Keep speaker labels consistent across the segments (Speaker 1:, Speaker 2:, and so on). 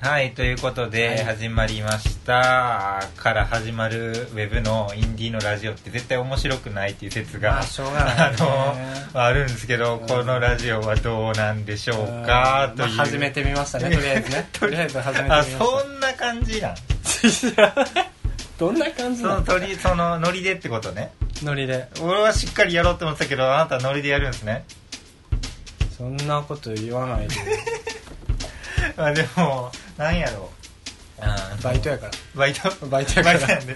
Speaker 1: はい、ということ
Speaker 2: は
Speaker 1: で
Speaker 2: い
Speaker 1: 始まりました、から始まるウェブのインディーのラジオって絶対面白くないっていう説が、
Speaker 2: まあしょうがない
Speaker 1: あ
Speaker 2: ね
Speaker 1: のあるんですけど、このラジオはどうなんでしょうか
Speaker 2: うん
Speaker 1: という、
Speaker 2: まあ始めてみまし たねとりあえずねとりあえず始めてみま
Speaker 1: あ
Speaker 2: し
Speaker 1: そんな感じなん
Speaker 2: たどんな感じ
Speaker 1: そ
Speaker 2: な
Speaker 1: の
Speaker 2: の
Speaker 1: とりそのノリでってことね
Speaker 2: ノリで
Speaker 1: 俺はしっかりやろうと思ってたけどあなたノリでやるんですね
Speaker 2: そんなこと言わないで
Speaker 1: まあでもなんやろうあの
Speaker 2: バイトやから
Speaker 1: バイト
Speaker 2: バイトやから
Speaker 1: バイトなんで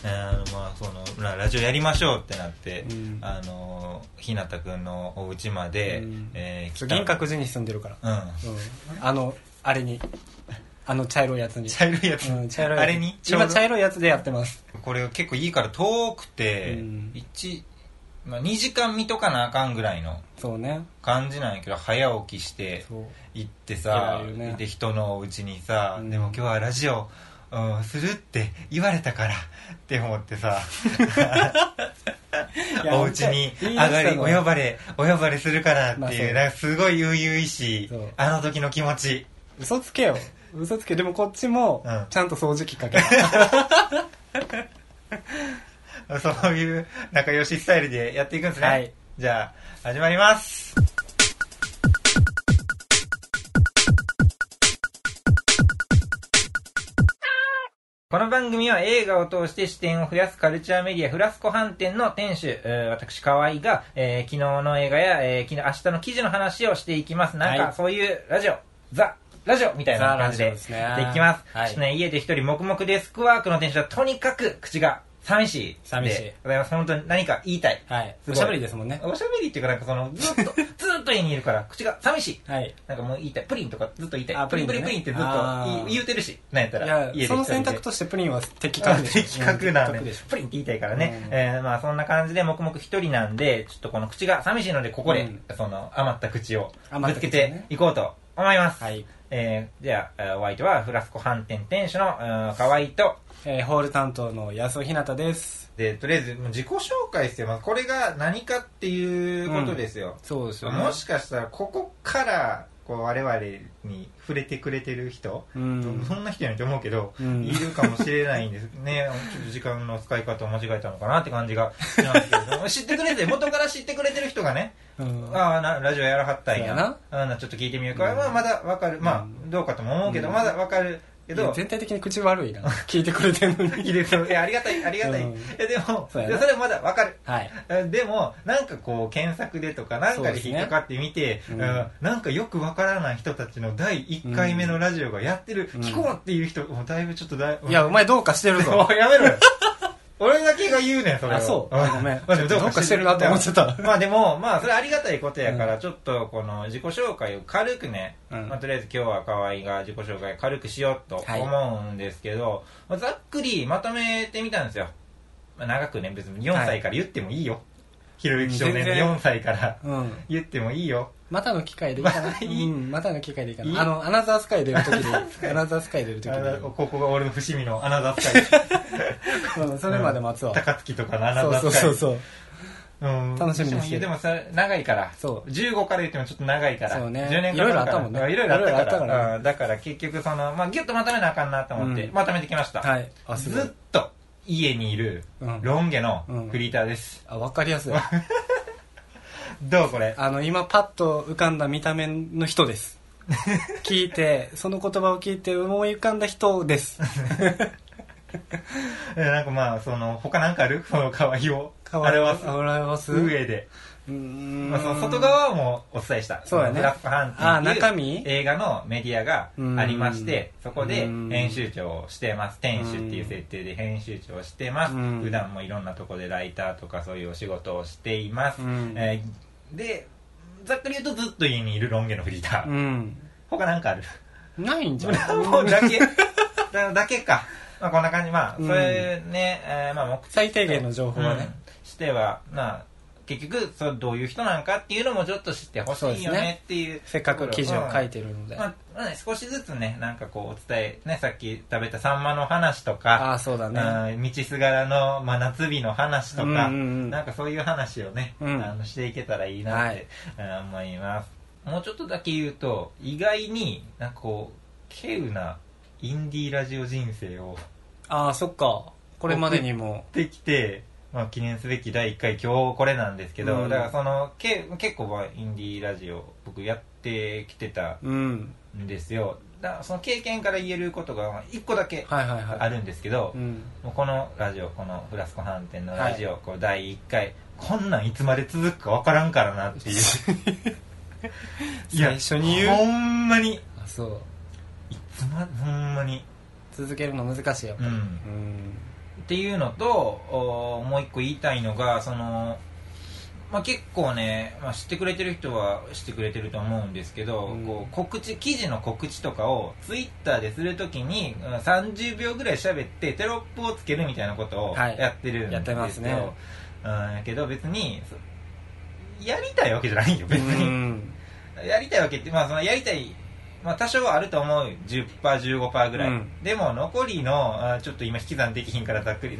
Speaker 1: あのまあそのまあラジオやりましょうってなって、
Speaker 2: うん
Speaker 1: あのひなたくんのお家まで、
Speaker 2: うん
Speaker 1: えー来た
Speaker 2: 銀閣寺に住んでるか
Speaker 1: う
Speaker 2: ら、
Speaker 1: ん
Speaker 2: うん、あのあれにあの茶色いやつに
Speaker 1: 茶色いやつ、
Speaker 2: うん、茶色いや
Speaker 1: あ
Speaker 2: つ
Speaker 1: れにちょう
Speaker 2: 今
Speaker 1: ど
Speaker 2: 茶色いやつでやってます
Speaker 1: これ結構いいから遠くて、
Speaker 2: うん
Speaker 1: 一まあ、2時間見とかなあかんぐらいの
Speaker 2: そうね
Speaker 1: 感じなんやけど早起きして
Speaker 2: そう
Speaker 1: 行ってさ、
Speaker 2: 偉いよね
Speaker 1: で人のうちにさ、
Speaker 2: うん
Speaker 1: でも今日はラジオ、うん、するって言われたからって思ってさ
Speaker 2: いや
Speaker 1: お家に
Speaker 2: 言
Speaker 1: 上
Speaker 2: い出したの
Speaker 1: がりお呼ばれお呼ばれするからって
Speaker 2: まあ
Speaker 1: い,、
Speaker 2: そうう
Speaker 1: なんかすごい悠々しい
Speaker 2: そう
Speaker 1: あの時の気持ち
Speaker 2: 嘘つけよ嘘つけでもこっちも
Speaker 1: うん
Speaker 2: ちゃんと掃除機かけた、
Speaker 1: そういう仲良しスタイルでやっていくんですね、
Speaker 2: はい
Speaker 1: じゃあ始まりますこの番組は映画を通して視点を増やすカルチャーメディアフラスコ飯店の店主、えー私河合が、えー昨日の映画や、えー昨日明日の記事の話をしていきますなん
Speaker 2: は
Speaker 1: か
Speaker 2: い
Speaker 1: そういうラジオ、ザラジオみたいな感じで
Speaker 2: ザ
Speaker 1: や
Speaker 2: ラジ
Speaker 1: っ
Speaker 2: オですね
Speaker 1: ていきます、
Speaker 2: はい
Speaker 1: ちょっとね家で一人黙々デスクワークの店主はとにかく口が寂しい
Speaker 2: 寂しい
Speaker 1: でございます本当に何か言いたい
Speaker 2: はい
Speaker 1: すご
Speaker 2: お
Speaker 1: い
Speaker 2: しゃべりですもんね
Speaker 1: おしゃべりっていうかなんかそのずっとずっと家にいるから口が寂しい
Speaker 2: はい
Speaker 1: なんかもう言いたいプリンとかずっと言いたい
Speaker 2: あ
Speaker 1: プリンプ
Speaker 2: プ
Speaker 1: リ
Speaker 2: リ
Speaker 1: ン
Speaker 2: ン
Speaker 1: プ
Speaker 2: ね
Speaker 1: リンってずっと
Speaker 2: あー
Speaker 1: 言い言うてるしなんやった
Speaker 2: い
Speaker 1: ら家
Speaker 2: や
Speaker 1: で
Speaker 2: その
Speaker 1: 一人
Speaker 2: 選
Speaker 1: で
Speaker 2: 択としてプリンは的確でし
Speaker 1: 的
Speaker 2: ょ
Speaker 1: 確なん
Speaker 2: うん的
Speaker 1: で
Speaker 2: でしょ
Speaker 1: プリンって言いたいからね、
Speaker 2: うん
Speaker 1: えーまあそんな感じで黙々一人なんでちょっとこの口が寂しいのでここで、
Speaker 2: うん
Speaker 1: その余った口をぶ
Speaker 2: 余っ
Speaker 1: つ
Speaker 2: た
Speaker 1: け
Speaker 2: 口ね
Speaker 1: ていこうと思います、
Speaker 2: はい、
Speaker 1: えーじゃあえーお相手はフラスコ飯店店主のうん河合と
Speaker 2: えーホール担当の安尾ひなたです
Speaker 1: でとりあえずもう自己紹介して、まあ、これが何かっていうことですよ、
Speaker 2: そうです
Speaker 1: もしかしたらここからこう我々に触れてくれてる人、
Speaker 2: うん
Speaker 1: そんな人やないと思うけど、
Speaker 2: うん
Speaker 1: いるかもしれないんですね ちょっと時間の使い方を間違えたのかなって感じがしますけれども 知ってくれて元から知ってくれてる人がね
Speaker 2: うん
Speaker 1: ああなラジオやらはったん
Speaker 2: そう
Speaker 1: や
Speaker 2: やな
Speaker 1: あなちょっと聞いてみようか、まあ、まだわかるまあどうかとも思うけど、
Speaker 2: うん
Speaker 1: まだわかるけ
Speaker 2: い
Speaker 1: ど
Speaker 2: や全体的に口悪いな聞いてくれてるの
Speaker 1: いい
Speaker 2: に
Speaker 1: ですよいやありがたいありがたい、
Speaker 2: うん
Speaker 1: いやでも
Speaker 2: そう
Speaker 1: い
Speaker 2: やな
Speaker 1: やそれはまだわかる
Speaker 2: はい
Speaker 1: えでもなんかこう検索でとかなんかで引っかかってみて、
Speaker 2: そうですねうん
Speaker 1: うんなんかよくわからない人たちの第1回目のラジオがやってる、
Speaker 2: うん
Speaker 1: 聞こうっていう人もうだいぶちょっとだい
Speaker 2: いやお前どうかしてるぞ
Speaker 1: もう やめろよ俺だけが言うねんそれを
Speaker 2: あそうあごめん
Speaker 1: まあでも
Speaker 2: どうかしてるなと思ってた
Speaker 1: まあでもまあそれありがたいことやから、ちょっとこの自己紹介を軽くね、
Speaker 2: うん
Speaker 1: まあ、とりあえず今日は河合が自己紹介軽くしようと
Speaker 2: はい
Speaker 1: 思うんですけど、まあざっくりまとめてみたんですよ、まあ、長くね別に4歳から言ってもいいよ、ひろゆき少年の
Speaker 2: 全然
Speaker 1: 4歳から
Speaker 2: うん
Speaker 1: 言ってもいいよ
Speaker 2: またの機会でいいかな
Speaker 1: いい
Speaker 2: うんまたの機会でいいか
Speaker 1: いい
Speaker 2: なあのアナザースカイ出る時 でアナザースカイ出る時
Speaker 1: あの
Speaker 2: で
Speaker 1: ここが俺の伏見のアナザースカイ
Speaker 2: うん それまで待つわ
Speaker 1: 高槻とかのアナザ
Speaker 2: そ
Speaker 1: ー
Speaker 2: う
Speaker 1: スカイ
Speaker 2: そうそうそう
Speaker 1: うん
Speaker 2: 楽しみですよ
Speaker 1: いやでもさ長いから
Speaker 2: そう
Speaker 1: 15から言ってもちょっと長いから
Speaker 2: そうね
Speaker 1: 10年
Speaker 2: いろいろあったもんね
Speaker 1: いろいろあった
Speaker 2: いろいろあっ
Speaker 1: か
Speaker 2: たからら
Speaker 1: うんだから結局その、まあ、ギュッとまとめなあかんなと思って、
Speaker 2: うん
Speaker 1: まとめてきました、
Speaker 2: はいあすご
Speaker 1: ず
Speaker 2: い
Speaker 1: っと家にいる
Speaker 2: うん
Speaker 1: ロン毛のフリーターです、
Speaker 2: あわかりやすい
Speaker 1: どうこれ
Speaker 2: あの今パッと浮かんだ見た目の人です 聞いてその言葉を聞いて思い浮かんだ人です
Speaker 1: えなんかまあその他なんかあるこの可愛いを
Speaker 2: わいい
Speaker 1: 表す
Speaker 2: 笑わす
Speaker 1: 上で、
Speaker 2: うーん
Speaker 1: まあ、その外側もお伝えした
Speaker 2: そうやね
Speaker 1: ブラックハン
Speaker 2: あ
Speaker 1: ティっ
Speaker 2: 中
Speaker 1: ていう
Speaker 2: 身
Speaker 1: 映画のメディアがありまして
Speaker 2: う
Speaker 1: そ
Speaker 2: ん
Speaker 1: こで
Speaker 2: うん
Speaker 1: 編集長をしてます店主っていううん設定で編集長をしてます
Speaker 2: うん
Speaker 1: 普段もいろんなとこでライターとかそういうお仕事をしています、
Speaker 2: うん
Speaker 1: えーでざっくり言うとずっと家にいるロン毛のフリーター、
Speaker 2: うん
Speaker 1: 他なん かある
Speaker 2: ないんじゃない
Speaker 1: もうだけだだけか、まあ、こんな感じまあ
Speaker 2: うん
Speaker 1: それね、えーまあ目的
Speaker 2: 最低限の情報は
Speaker 1: う
Speaker 2: ね、
Speaker 1: んしてはまあ結局それどういう人なんかっていうのもちょっと知ってほし
Speaker 2: そうで
Speaker 1: い
Speaker 2: す
Speaker 1: よね
Speaker 2: ね
Speaker 1: っていう
Speaker 2: せっかく記事を書い
Speaker 1: て、
Speaker 2: てるので、
Speaker 1: まあまあね少しずつねなんかこうお伝えねさっき食べたサンマの話とか
Speaker 2: ああそうだね
Speaker 1: うん道すがらの真夏日の話とか、
Speaker 2: うんうんうん
Speaker 1: なんかそういう話をね、
Speaker 2: うん
Speaker 1: あのしていけたらいいなって、うん思います、もうちょっとだけ言うと意外になんかこう稀有なインディーラジオ人生を
Speaker 2: ああそっかこれまでにも
Speaker 1: できて、まあ、記念すべき第1回今日これなんですけど、
Speaker 2: うん
Speaker 1: だからそのけ結構まあインディーラジオ僕やってきてた
Speaker 2: うん
Speaker 1: んですよだからその経験から言えることが1個だけ
Speaker 2: はいはいはい
Speaker 1: あるんですけど、
Speaker 2: うん
Speaker 1: もうこのラジオこのフラスコ飯店のラジオ、こう第1回こんなんいつまで続くか分からんからなっていういや
Speaker 2: 最初に言う
Speaker 1: ほんまに
Speaker 2: あそう
Speaker 1: いつまほんまに
Speaker 2: 続けるの難しいよ
Speaker 1: う
Speaker 2: うんん
Speaker 1: っていうのとおもう一個言いたいのがその、まあ、結構ね、まあ、知ってくれてる人は知ってくれてると思うんですけど、
Speaker 2: うん
Speaker 1: こう告知記事の告知とかをツイッターでするときにうん30秒ぐらい喋ってテロップをつけるみたいなことを
Speaker 2: はい
Speaker 1: やってるんですよ、
Speaker 2: やってますね
Speaker 1: うん、けど別にそやりたいわけじゃないよ別
Speaker 2: う
Speaker 1: に、
Speaker 2: ん
Speaker 1: やりたいわけって、まあ、そのやりたい、まあ、多少はあると思う 10%15% ぐらい、
Speaker 2: うん
Speaker 1: でも残りのあちょっと今引き算できひんからざっくり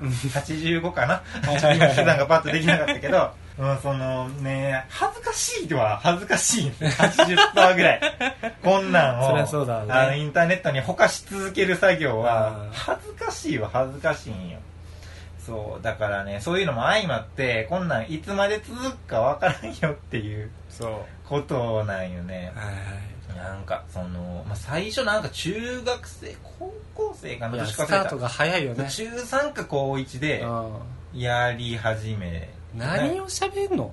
Speaker 1: 7585かなちょっと今引き算がパッとできなかったけど、うん、そのね恥ずかしいは恥ずかしいんですよ80%ぐらいこんなんを
Speaker 2: そりゃそうだわね
Speaker 1: あのインターネットにほかし続ける作業
Speaker 2: う
Speaker 1: は
Speaker 2: ん
Speaker 1: 恥ずかしいは恥ずかしいんよそうだからねそういうのも相まってこんなんいつまで続くかわからんよっていう
Speaker 2: そうは
Speaker 1: ことなんよね
Speaker 2: いはい
Speaker 1: なんかその、まあ、最初なんか中学生高校生か
Speaker 2: い
Speaker 1: な
Speaker 2: や
Speaker 1: 年
Speaker 2: ス
Speaker 1: か
Speaker 2: タ
Speaker 1: 忘れた
Speaker 2: ートが早いよね
Speaker 1: 中3か高1で
Speaker 2: う
Speaker 1: やり始め
Speaker 2: ん何を喋んの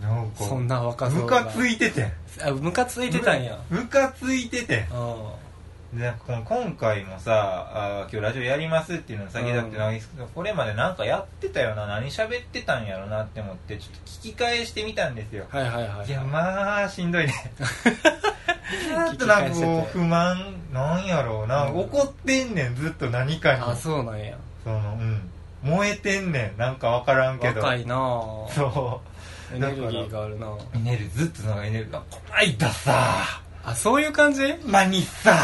Speaker 1: なんか
Speaker 2: そんな若造
Speaker 1: ム
Speaker 2: が
Speaker 1: カついててん
Speaker 2: あムカついてたんや
Speaker 1: ムカついててん
Speaker 2: うん
Speaker 1: でなんかこの今回もさあー今日ラジオやりますっていうの先だってなんですけど、これまでなんかやってたよな何喋ってたんやろなって思ってちょっと聞き返してみたんですよ
Speaker 2: はいはいはい
Speaker 1: いやまあしんどい ねずーっとなんかこう不満なんやろうな、
Speaker 2: うん
Speaker 1: 怒ってんねんずっと何かに
Speaker 2: あそうなんや
Speaker 1: そのうん燃えてんねんなんか分からんけど
Speaker 2: 若いなあ
Speaker 1: そ
Speaker 2: エネルギーがあるな
Speaker 1: うエネルずっとなんかエネルがこないださ
Speaker 2: あそういう感じ
Speaker 1: マニ さ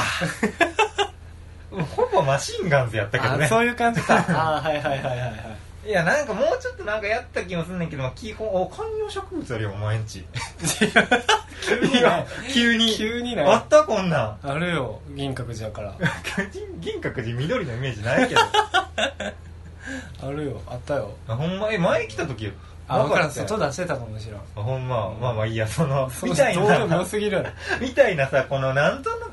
Speaker 1: ほぼマシンガンズやったけど
Speaker 2: あ
Speaker 1: ね
Speaker 2: そういう感じか あはいはいはいはいはい
Speaker 1: いやなんかもうちょっとなんかやった気もすんねんけどまあ基本お観葉植物あるよお前ん ち
Speaker 2: 急に
Speaker 1: 今
Speaker 2: ね
Speaker 1: 急に
Speaker 2: 急に
Speaker 1: あ
Speaker 2: ね
Speaker 1: ったこんなん
Speaker 2: あるよ銀閣寺やから
Speaker 1: 銀銀閣寺緑のイメージないけど
Speaker 2: あるよあったよ
Speaker 1: あほんまえ前来た時よ
Speaker 2: あ分からん
Speaker 1: ったよ
Speaker 2: 外出してたかもしらん
Speaker 1: あほんままあまあいいやその
Speaker 2: そう
Speaker 1: みたい
Speaker 2: どうでも
Speaker 1: な
Speaker 2: よすぎるやろ
Speaker 1: みたいなさこのなんとな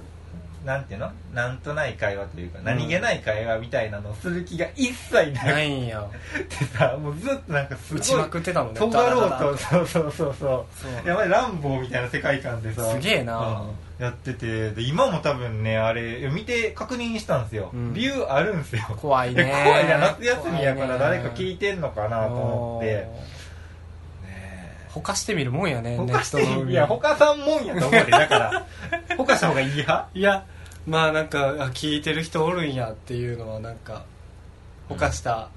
Speaker 1: なんていうのなんとない会話というか、
Speaker 2: ん
Speaker 1: 何気ない会話みたいなのをする気が一切な
Speaker 2: な
Speaker 1: く
Speaker 2: いんや
Speaker 1: てさもうずっとなんかす
Speaker 2: 打
Speaker 1: ごい
Speaker 2: ちまくってたもんね
Speaker 1: 尖ろ
Speaker 2: ダダダ
Speaker 1: うとそうそうそうそ
Speaker 2: そう
Speaker 1: うやばいランボーみたいな世界観でさ
Speaker 2: すげえな
Speaker 1: うんやっててで今も多分ねあれいや見て確認したんですよ、
Speaker 2: うん
Speaker 1: ビューあるんですよ
Speaker 2: 怖い
Speaker 1: いや
Speaker 2: ね
Speaker 1: 怖いな夏休みやから誰か
Speaker 2: い
Speaker 1: 聞いてんのかなと思ってねえ
Speaker 2: ほかしてみるもんやね
Speaker 1: ほ
Speaker 2: ネ
Speaker 1: か
Speaker 2: ッ
Speaker 1: し
Speaker 2: トの
Speaker 1: て
Speaker 2: 海
Speaker 1: いやほかさんもんやと思うでだ からほかした方がいい派
Speaker 2: いやまあなんかあ聞いてる人おるんやっていうのはなんかほかした、ま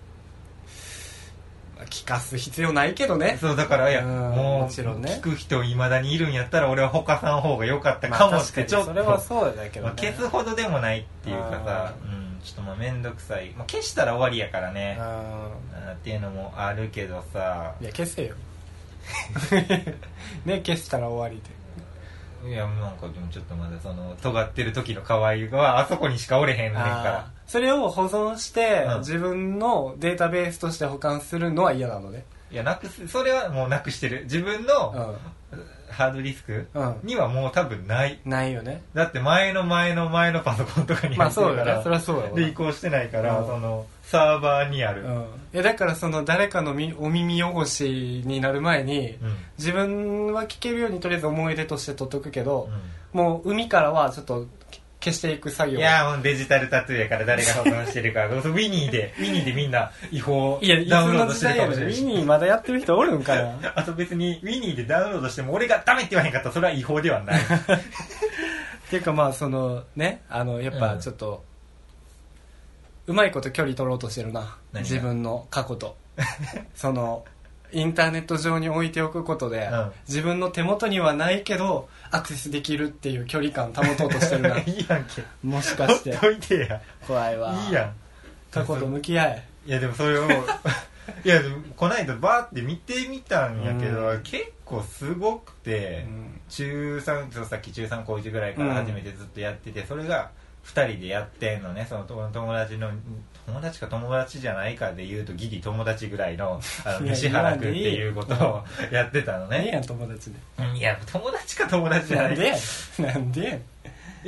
Speaker 2: あ聞かす必要ないけどね
Speaker 1: そうだからいや
Speaker 2: うん
Speaker 1: もう
Speaker 2: もちろんね
Speaker 1: 聞く人いまだにいるんやったら俺はほかさん方が良かったかもってちょっと、
Speaker 2: まあ確かにそれはそうだけど
Speaker 1: ま
Speaker 2: ね
Speaker 1: あ、消すほどでもないっていうかさ、うん、ちょっとまあ面倒くさい、まあ、消したら終わりやからね、
Speaker 2: う
Speaker 1: うんっていうのもあるけどさ
Speaker 2: んいや消せよ ね消したら終わりで
Speaker 1: いやなんかでもちょっとまだその尖ってる時の可愛いはあそこにしかおれへんねん
Speaker 2: あ
Speaker 1: か
Speaker 2: ーそれを保存して、
Speaker 1: うん
Speaker 2: 自分のデータベースとして保管するのは嫌なのね
Speaker 1: らいやなくすそれはもうなくしてる自分
Speaker 2: う
Speaker 1: の
Speaker 2: ん、
Speaker 1: ハードディスク
Speaker 2: うん、
Speaker 1: にはもう多分ない
Speaker 2: ないよね
Speaker 1: だって前の前の前のパソコンとかに
Speaker 2: ま
Speaker 1: 入
Speaker 2: あ
Speaker 1: ってる
Speaker 2: そう
Speaker 1: か
Speaker 2: よね
Speaker 1: ら、
Speaker 2: そりゃそうよ
Speaker 1: で移行してないから、
Speaker 2: うん
Speaker 1: そのサーバーにある、
Speaker 2: うん、えだからその誰かのみお耳汚しになる前に、
Speaker 1: うん
Speaker 2: 自分は聞けるようにとりあえず思い出として取っとくけど
Speaker 1: う、ん
Speaker 2: もう海からはちょっと消していく作業
Speaker 1: いやーもうデジタルタトゥーやから誰が保存してるかそうウ ィニーでウィニーでみんな違法
Speaker 2: いやいつ
Speaker 1: ダウンロー
Speaker 2: の
Speaker 1: ドし
Speaker 2: 時
Speaker 1: てる
Speaker 2: 代
Speaker 1: か
Speaker 2: や
Speaker 1: もし
Speaker 2: ね
Speaker 1: れな
Speaker 2: んウ
Speaker 1: い
Speaker 2: ィニーまだやってる人おるんかな
Speaker 1: あと別にウィニーでダウンロードしても俺がダメって言わへんかったらそれは違法では ない
Speaker 2: っていうかまあそのねあのやっ
Speaker 1: う
Speaker 2: ぱ
Speaker 1: ん
Speaker 2: ちょっと、うまいこと距離取ろうとしてるな
Speaker 1: 何が
Speaker 2: 自分の過去と そのインターネット上に置いておくことで、
Speaker 1: うん
Speaker 2: 自分の手元にはないけどアクセスできるっていう距離感保とうとしてる な
Speaker 1: いいやんけ
Speaker 2: もしか
Speaker 1: ほっ
Speaker 2: して
Speaker 1: といてや
Speaker 2: 怖いわ
Speaker 1: いいやん
Speaker 2: 過去と向き合え
Speaker 1: いやでもそれを いやでもこないだバーって見てみたんやけど、
Speaker 2: うん
Speaker 1: 結構すごくて、
Speaker 2: うん
Speaker 1: 中3そうさっき中3高1ぐらいから始めてずっとやってて、それが2人でやってんのねその友友達の友達か友達じゃないかで言うとギリ友達ぐらいのあの
Speaker 2: いや
Speaker 1: 西原君っていうこと
Speaker 2: 言わ
Speaker 1: をやってたの
Speaker 2: 何
Speaker 1: ね
Speaker 2: や友達で
Speaker 1: うんいや友達か友達じゃ
Speaker 2: な
Speaker 1: なんい
Speaker 2: で
Speaker 1: か
Speaker 2: やなんでや
Speaker 1: い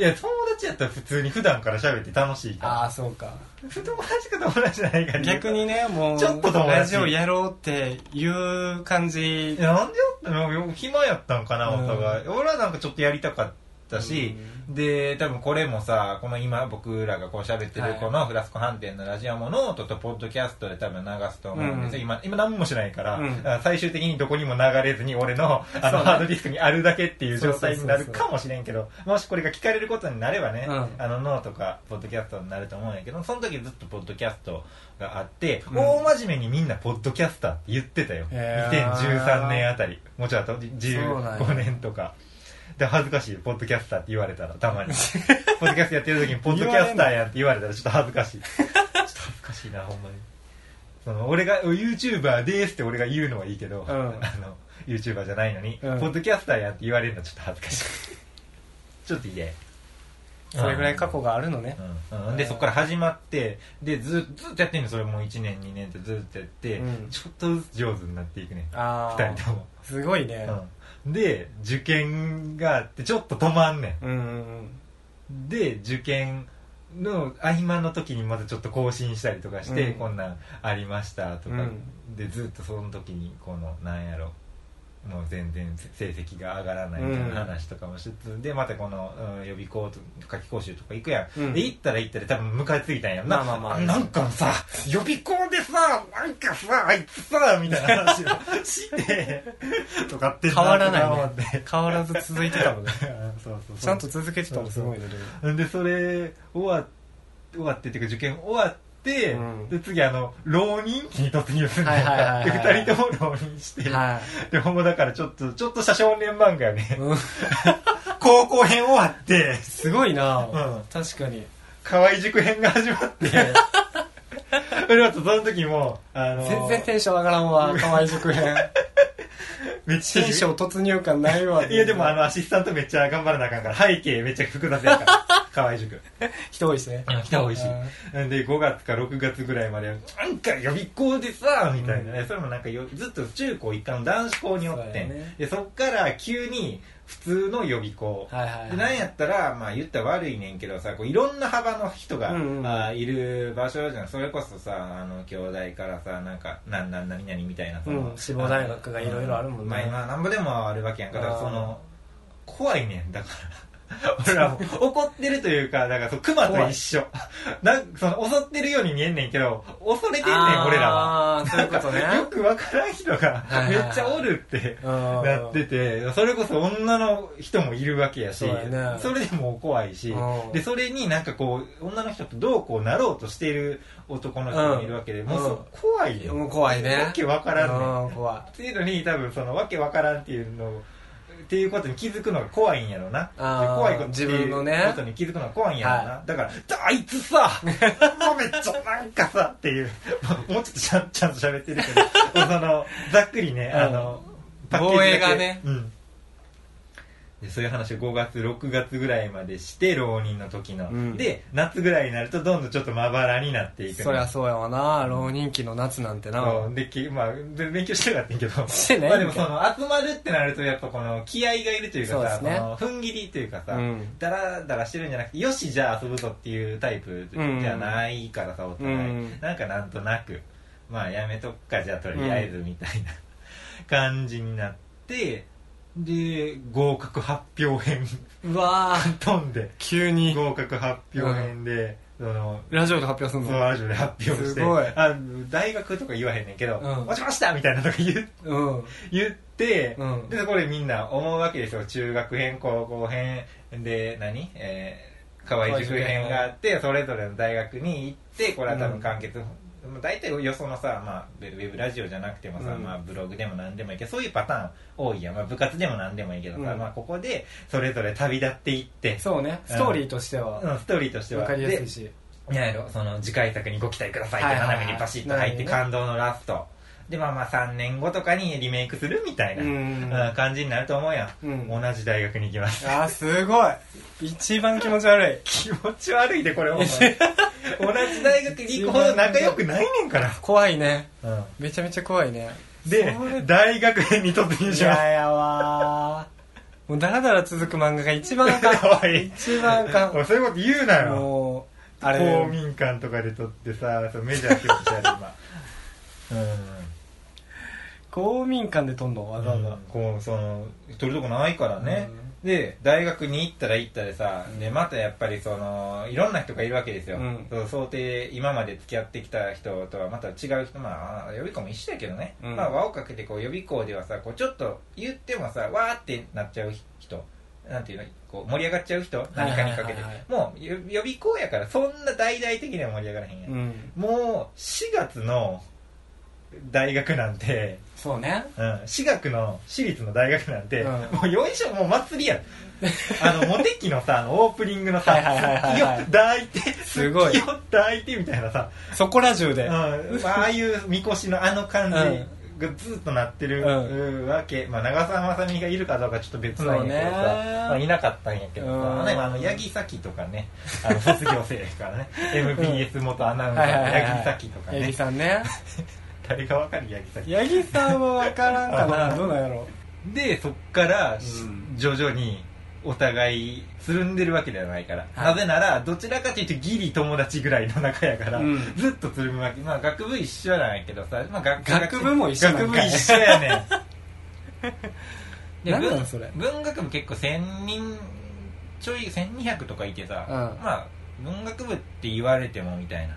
Speaker 1: や友達やったら普通に普段から喋って楽しいから
Speaker 2: ああそうか
Speaker 1: 友達か友達じゃないかで言うと
Speaker 2: 逆にねもう
Speaker 1: ちょっと友達
Speaker 2: ラジオやろうっていう感じ
Speaker 1: いやなんでやったのよ暇やったんかな、
Speaker 2: うん
Speaker 1: お互い俺はなんかちょっとやりたかったし、で多分これもさこの今僕らがこう喋って
Speaker 2: は
Speaker 1: る
Speaker 2: い
Speaker 1: このフラスコ飯店のラジオもノートとポッドキャストで多分流すと思うんですよ、
Speaker 2: うん
Speaker 1: 今今何もしないから、
Speaker 2: うん
Speaker 1: あ最終的にどこにも流れずに俺のあの、
Speaker 2: そうね
Speaker 1: ハードディスクにあるだけっていう状態になる
Speaker 2: そうそうそうそ
Speaker 1: かもしれんけどもしこれが聞かれることになればね、
Speaker 2: うん
Speaker 1: あのノートかポッドキャストになると思うんやけどその時ずっとポッドキャストがあって、
Speaker 2: うん
Speaker 1: 大真面目にみんなポッドキャスターって言ってたよ
Speaker 2: へー
Speaker 1: 2013年あたりもちろんあと
Speaker 2: そうなんや
Speaker 1: 15年とかで恥ずかしいポッドキャスターって言われたらたま にポッドキャストやってる時にポッドキャスターやんって言われたらちょっと恥ずかしいちょっと恥ずかしいなほんまにその俺が YouTuber ですって俺が言うのはいいけど、
Speaker 2: ん
Speaker 1: あの YouTuber じゃないのに、
Speaker 2: うん
Speaker 1: ポッドキャスターやんって言われるのちょっと恥ずかしいちょっと嫌や
Speaker 2: それぐらい過去があるのね
Speaker 1: うんうんでそこから始まってでずずっとやってんのそれもう1年2年ってずっとやって、
Speaker 2: うん
Speaker 1: ちょっとずつ上手になっていくね
Speaker 2: あ
Speaker 1: 2
Speaker 2: あ
Speaker 1: 人とも、
Speaker 2: すごいね
Speaker 1: うん、で受験があってちょっと止まんね
Speaker 2: うんうん
Speaker 1: んで受験の合間の時にまずちょっと更新したりとかして、
Speaker 2: うん
Speaker 1: こんなんありましたとか、
Speaker 2: うん
Speaker 1: でずっとその時にこのなんやろもう全然成績が上がらないみたいな話とかもしつつ、でまたこの、うん予備校と夏期講習とか行くやん、
Speaker 2: うん
Speaker 1: で行ったら行ったら多分向かいついたんやろな、
Speaker 2: まあまあまあ
Speaker 1: なんかさ予備校でさなんかさあいつさみたいな話を して とかって
Speaker 2: 変わら
Speaker 1: とか
Speaker 2: ない
Speaker 1: 思って
Speaker 2: ね変わらず続いてたもんね
Speaker 1: そうそうそう
Speaker 2: ちゃんと続けてたのすごいねでも
Speaker 1: でそれ終わ終わってっていうか受験終わって、
Speaker 2: うん
Speaker 1: で次あの浪人期に突入するの
Speaker 2: はいはいはい
Speaker 1: で
Speaker 2: はい
Speaker 1: 2人とも浪人して、
Speaker 2: は
Speaker 1: でほんまだからちょっとちょっとした少年漫画よ
Speaker 2: い、
Speaker 1: ね
Speaker 2: うん、
Speaker 1: 高校編終わって
Speaker 2: すごい
Speaker 1: う
Speaker 2: な、
Speaker 1: ん
Speaker 2: 確かに
Speaker 1: 河合塾編が始まってそれあとその時もあの
Speaker 2: 全然テンション上がらんわ河 合塾編
Speaker 1: めっち
Speaker 2: テンショ
Speaker 1: ゃ
Speaker 2: ン突入感ないわ
Speaker 1: いやでもあのアシスタントめっちゃ頑張らなあかんから背景めっちゃ複雑やから 河合塾
Speaker 2: 人多いですね
Speaker 1: うん人多いしで5月か6月ぐらいまでなんか予備校でさみたいなね、
Speaker 2: うん
Speaker 1: それもなんかよずっと中高一貫の男子校におってん
Speaker 2: そうやね
Speaker 1: でそっから急に普通の予備校、
Speaker 2: はいはい、はい、
Speaker 1: でなんやったら、まあ、言ったら悪いねんけどさこういろんな幅の人が、
Speaker 2: うんうん
Speaker 1: あーいる場所じゃんそれこそさあの兄弟からさなんかなんなん何々みたいなその、
Speaker 2: うん志望大学がいろいろあるもんね
Speaker 1: まあ、今なんぼでもあるわけやんかだから
Speaker 2: あー
Speaker 1: その怖いねんだから俺らも 怒ってるというかだからそう熊と一緒 なんかその襲ってるように見えんねんけど恐れてんねん俺らは。
Speaker 2: ああそういうことね
Speaker 1: よくわからん人が
Speaker 2: はいはい
Speaker 1: め
Speaker 2: はい
Speaker 1: っちゃおるって
Speaker 2: な
Speaker 1: なっててそれこそ女の人もいるわけやし
Speaker 2: そうやね
Speaker 1: それでも怖いし
Speaker 2: うん
Speaker 1: でそれになんかこう女の人とどうこうなろうとしている男の人もいるわけで
Speaker 2: うん
Speaker 1: もうそう怖いよ
Speaker 2: もう怖いね
Speaker 1: わけわからんねん
Speaker 2: うん怖い
Speaker 1: っていうのに多分そのわけわからんっていうのをっていうことに気づくのが怖いんやろなで
Speaker 2: あー
Speaker 1: 怖いことっていう
Speaker 2: 自分のね
Speaker 1: ことに気づくのが怖いんやろな、だからあいつ さもうめっちゃなんかさっていうもうもうちょっとちゃんちゃんと喋ってるけどそのざっくりねあの、パッケージだけ
Speaker 2: 防衛がね
Speaker 1: うんでそういう話を5月6月ぐらいまでして浪人の時の、
Speaker 2: うん
Speaker 1: で夏ぐらいになるとどんどんちょっとまばらになっていく
Speaker 2: そりゃそうやわな浪人期の夏なんてな
Speaker 1: うんできまあ、で勉強してなかったんやけど
Speaker 2: してない
Speaker 1: まあ、でもその集まるってなるとやっぱこの気合がいるというかさ
Speaker 2: そうですね
Speaker 1: この踏ん切りというかさ、
Speaker 2: うん
Speaker 1: ダラダラしてるんじゃなくてよしじゃあ遊ぶぞっていうタイプじゃないからさ、お互い、
Speaker 2: うん
Speaker 1: なんかなんとなくまあやめとくかじゃあとりあえずみたいな感じになってで合格発表編
Speaker 2: うわー
Speaker 1: 飛んで
Speaker 2: 急に
Speaker 1: 合格発表編で、その
Speaker 2: ラジオで発表すん
Speaker 1: そ
Speaker 2: の
Speaker 1: のラジオで発表して
Speaker 2: すごい
Speaker 1: あ大学とか言わへんねんけど
Speaker 2: うん
Speaker 1: 「落ちました!」みたいなとか言う
Speaker 2: うん
Speaker 1: 言って、
Speaker 2: うん
Speaker 1: でこれみんな思うわけですよ中学編高校編で何えー、河合塾編があってそれぞれの大学に行ってこれは多分完結、まあ大体よそのさ、まあ、ウェブウェブラジオじゃなくてもさ、
Speaker 2: うん
Speaker 1: まあ、ブログでも何でもいいけどそういうパターン多いやん、まあ、部活でも何でもいいけどさ、
Speaker 2: うん
Speaker 1: まあ、ここでそれぞれ旅立っていって
Speaker 2: そうねストーリーとしては
Speaker 1: うんストーリーとしては
Speaker 2: わかりやすいし
Speaker 1: でなんやろその次回作にご期待くださいって
Speaker 2: はいはいはい
Speaker 1: 斜めにパシッと入って
Speaker 2: なる
Speaker 1: 感動のラストでまあまあ3年後とかにリメイクするみたいな
Speaker 2: うん
Speaker 1: うん感じになると思うやん、
Speaker 2: うん
Speaker 1: 同じ大学に行きます
Speaker 2: あーすごい一番気持ち悪い
Speaker 1: 気持ち悪いでこれお 前同じ大学に行くほど仲良くないねんから、
Speaker 2: 怖いね
Speaker 1: うん
Speaker 2: めちゃめちゃ怖いね
Speaker 1: で
Speaker 2: それ
Speaker 1: 大学編に突入します
Speaker 2: 嫌やわーもうダラダラ続く漫画が一番あか
Speaker 1: お
Speaker 2: ん
Speaker 1: い
Speaker 2: 一番あか
Speaker 1: おいそういうこと言うなんよ
Speaker 2: もうあれ
Speaker 1: 公民館とかで撮ってさそうメジャーってことやる 今うん
Speaker 2: 公民館で飛んのわざわざ、
Speaker 1: こうその取るとこないからね、で大学に行ったら行ったでさ、
Speaker 2: うん
Speaker 1: でまたやっぱりそのいろんな人がいるわけですよ、
Speaker 2: うん
Speaker 1: そう想定今まで付き合ってきた人とはまた違う人まあ予備校も一緒やけどね、
Speaker 2: うん
Speaker 1: まあ輪をかけてこう予備校ではさこうちょっと言ってもさわーってなっちゃう人なんていうのこう盛り上がっちゃう人何かにかけて、
Speaker 2: はいはいはいはい
Speaker 1: もう予予備校やからそんな大々的には盛り上がらへんやん、
Speaker 2: うん
Speaker 1: もう4月の大学なんて
Speaker 2: そうね
Speaker 1: うん私学の私立の大学なんて、
Speaker 2: うん
Speaker 1: もうよいしょもう祭り やあのモテ期のさあのオープニングのさ
Speaker 2: はいはいはいはいはい
Speaker 1: 月を抱いて
Speaker 2: すごい
Speaker 1: 月を抱いてみたいなさ、
Speaker 2: そこら中
Speaker 1: う
Speaker 2: で、
Speaker 1: ん、まあああいうみこしのあの感じ
Speaker 2: う
Speaker 1: がずっとなってる、
Speaker 2: う
Speaker 1: わけ、まあ、長澤まさみがいるかどうかちょっと別なんやけどさ、
Speaker 2: そうね
Speaker 1: まあ、いなかったんやけどさ、
Speaker 2: うん
Speaker 1: ねまあ、あの八木咲とかねあの卒業生ですから ね MBS 元アナウンサーの八木咲とか
Speaker 2: 八木
Speaker 1: ね
Speaker 2: さんね
Speaker 1: 誰がわかる八木咲
Speaker 2: 八木さんは分からんか
Speaker 1: あ
Speaker 2: な どうなんやろ
Speaker 1: でそっから、し
Speaker 2: うん
Speaker 1: 徐々にお互いつるんでるわけではないから、
Speaker 2: はい
Speaker 1: なぜならどちらかというとギリ友達ぐらいの仲やから、
Speaker 2: うん
Speaker 1: ずっとつるむわけまあ学部一緒なんやけどさ、まあ、学
Speaker 2: 学部も一緒なんか
Speaker 1: 学
Speaker 2: い
Speaker 1: 部一緒や ねんで
Speaker 2: なんなん
Speaker 1: 文
Speaker 2: それ
Speaker 1: 文学部結構1000人ちょい1200とかいてさ、
Speaker 2: うん
Speaker 1: まあ文学部って言われてもみたいな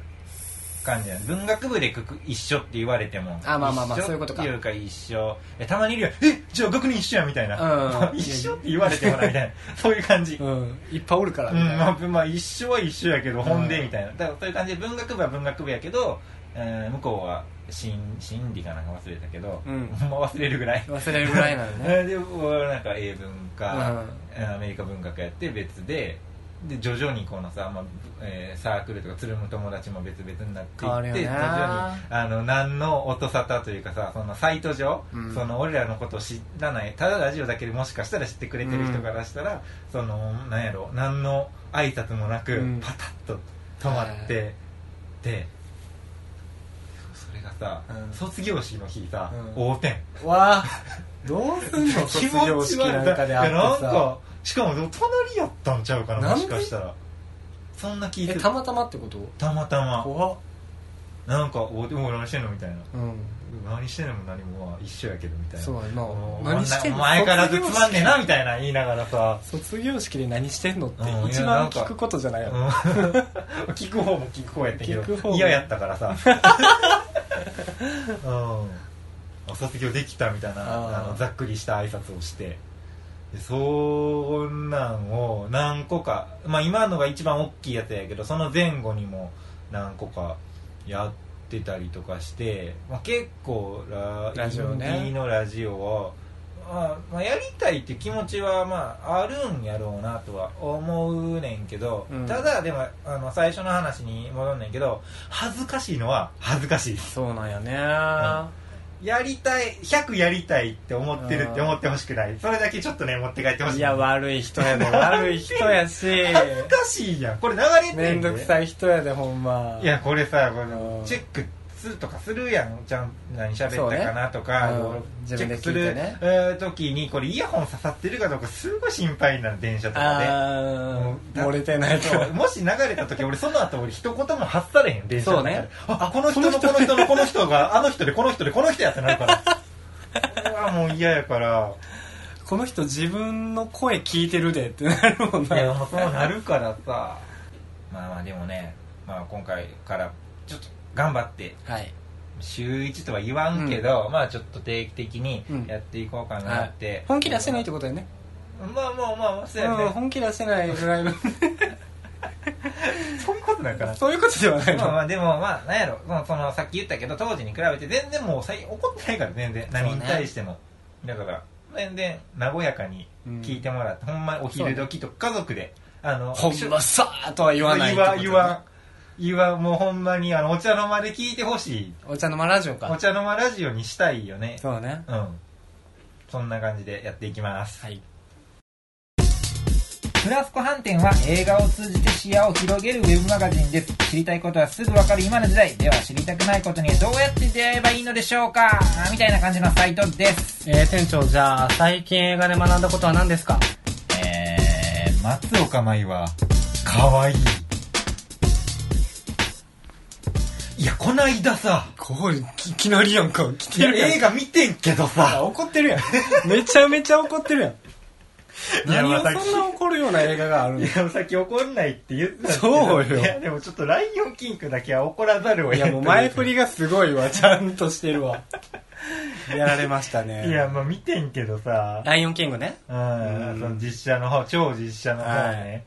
Speaker 1: 感じや文学部でくく一緒って言われても
Speaker 2: あまあまあまあ
Speaker 1: 一緒
Speaker 2: そういうことか
Speaker 1: っていうか一緒えたまにいるよえじゃあ学年一緒やみたいな、
Speaker 2: うん
Speaker 1: 一緒って言われてもらみたいなそういう感じ、うん
Speaker 2: うんいっぱいおるからね、
Speaker 1: まあ、まあ一緒は一緒やけど
Speaker 2: うん
Speaker 1: 本でみたいなだからそういう感じで文学部は文学部やけど、えー向こうは心心理かなんか忘れたけど、
Speaker 2: うん
Speaker 1: ほんま 忘れるぐらい
Speaker 2: 忘れるぐらいなのね
Speaker 1: え ーで俺なんか英文か、アメリカ文学やって別でで徐々にこのさ、まあえーサークルとかつるむ友達も別々になって
Speaker 2: 変わる
Speaker 1: いっ
Speaker 2: よ
Speaker 1: て
Speaker 2: ね
Speaker 1: 徐々にあの何の音沙汰というかさそのサイト上、
Speaker 2: うん
Speaker 1: その俺らのことを知らないただラジオだけでもしかしたら知ってくれてる人からしたら、そのなんやろ何の挨拶もなく、
Speaker 2: うん
Speaker 1: パタッと止まって、でそれがさ、
Speaker 2: うん
Speaker 1: 卒業式の日さ、
Speaker 2: うん
Speaker 1: 横転
Speaker 2: わあどうすんの 卒業式なんかであ
Speaker 1: いやな
Speaker 2: っ
Speaker 1: ん
Speaker 2: てさ
Speaker 1: かしかも隣やったんちゃうかなも
Speaker 2: なんで
Speaker 1: しかしたらそんな聞いて
Speaker 2: え
Speaker 1: る
Speaker 2: たまたまってこと
Speaker 1: たまたま
Speaker 2: 怖っ
Speaker 1: なんか「おでも何してんの?」みたいな
Speaker 2: うん
Speaker 1: 「何してんのも何もまあ一緒やけど」みたいな
Speaker 2: そうやな
Speaker 1: もう
Speaker 2: 何してんの
Speaker 1: お前からずつまんねえなみたいな言いながらさ
Speaker 2: 卒業式で何してんのって
Speaker 1: うん
Speaker 2: 一
Speaker 1: いやな
Speaker 2: 番
Speaker 1: んか
Speaker 2: 聞くことじゃないよ、
Speaker 1: うん 聞く方も聞く方やったけ
Speaker 2: 聞く方
Speaker 1: ど
Speaker 2: も
Speaker 1: 嫌やったからさ うんあ卒業できたみたいな
Speaker 2: あー
Speaker 1: あのざっくりした挨拶をしてでそんなんを何個かまあ今のが一番大きいやつやけどその前後にも何個かやってたりとかして、まあ、結構ラ
Speaker 2: ラジオね
Speaker 1: インディーのラジオはまあまあ、やりたいっていう気持ちはまああるんやろうなとは思うねんけど、
Speaker 2: うん
Speaker 1: ただでもあの最初の話に戻んねんけど恥ずかしいのは恥ずかしいです
Speaker 2: そうなんやね、
Speaker 1: やりたい100やりたいって思ってるって思ってほしくないそれだけちょっとね持って帰ってほしい
Speaker 2: いや悪い人や で悪い人やし
Speaker 1: 恥ずかしいやんこれ流れてん
Speaker 2: めんどくさい人やでほんま
Speaker 1: いやこれさこれ
Speaker 2: うん
Speaker 1: チェックするとかするやんちゃん何喋
Speaker 2: そう
Speaker 1: った
Speaker 2: ね
Speaker 1: かなとか、
Speaker 2: うん
Speaker 1: こう
Speaker 2: 自
Speaker 1: チェッ
Speaker 2: 分で
Speaker 1: クす
Speaker 2: 聞い
Speaker 1: る、
Speaker 2: てね
Speaker 1: えー時にこれイヤホン刺さってるかどうかすごい心配なの電車とかで、
Speaker 2: あー
Speaker 1: うん
Speaker 2: 漏れてないと
Speaker 1: そうもし流れた時俺その後俺一言も発されへん電車の中で
Speaker 2: そうね
Speaker 1: あこの人のこの人のこの人があの人でこの人でこの人やってなるからうわもう嫌やから
Speaker 2: この人自分の声聞いてるでってなるもん
Speaker 1: いや
Speaker 2: な
Speaker 1: もうそうなるからさまあまあでもね、まあ、今回からちょっと頑張って
Speaker 2: はい
Speaker 1: 週一とは言わんけど、まあちょっと定期的にやっていこうかなって、
Speaker 2: 本気出してないってことやね
Speaker 1: まあまあまあそうや
Speaker 2: うん
Speaker 1: ね、
Speaker 2: 本気出してないぐらいの
Speaker 1: そういうことだから
Speaker 2: そういうことではない
Speaker 1: まあま
Speaker 2: の
Speaker 1: あでもまあなんやろそのそのさっき言ったけど当時に比べて全然もう最近怒ってないから全然何に対しても、だから全然和やかに聞いてもらって、ほんまお昼時と家族であの
Speaker 2: ほんまさーとは言
Speaker 1: 言
Speaker 2: わ
Speaker 1: わ
Speaker 2: ない
Speaker 1: 言わんいわもうほんまにあのお茶の間で聞いてほしい
Speaker 2: お茶の間ラジオ
Speaker 1: お
Speaker 2: か
Speaker 1: 茶の間ラジオにしたいよね
Speaker 2: そうね
Speaker 1: うんそんな感じでやっていきます
Speaker 2: はい
Speaker 1: フラスコ飯店は映画を通じて視野を広げるウェブマガジンです。知りたいことはすぐわかる今の時代。では知りたくないことにどうやって出会えばいいのでしょうかみたいな感じのサイトです。
Speaker 2: えー、店長じゃあ最近映画で学んだことは何ですか
Speaker 1: えー、松岡舞は、かわいい。いや、こないださ、
Speaker 2: こういきなりやんか来
Speaker 1: い
Speaker 2: て
Speaker 1: や
Speaker 2: るやん
Speaker 1: 映画見てんけどさ、
Speaker 2: 怒ってるやん めちゃめちゃ怒ってるや ん
Speaker 1: いや
Speaker 2: 何を
Speaker 1: また
Speaker 2: そんな怒るような映画がある
Speaker 1: い
Speaker 2: の
Speaker 1: や、さっき怒んないって言ってたんですけど
Speaker 2: そうよ
Speaker 1: いや、でもちょっとライオンキングだけは怒らざるを
Speaker 2: い
Speaker 1: 得な
Speaker 2: や
Speaker 1: い。
Speaker 2: もう前振りがすごいわ ちゃんとしてるわやられましたね
Speaker 1: いや、まあ見てんけどさ、
Speaker 2: ライオンキングね
Speaker 1: うん
Speaker 2: うん
Speaker 1: その実写の方、超実写の方ね。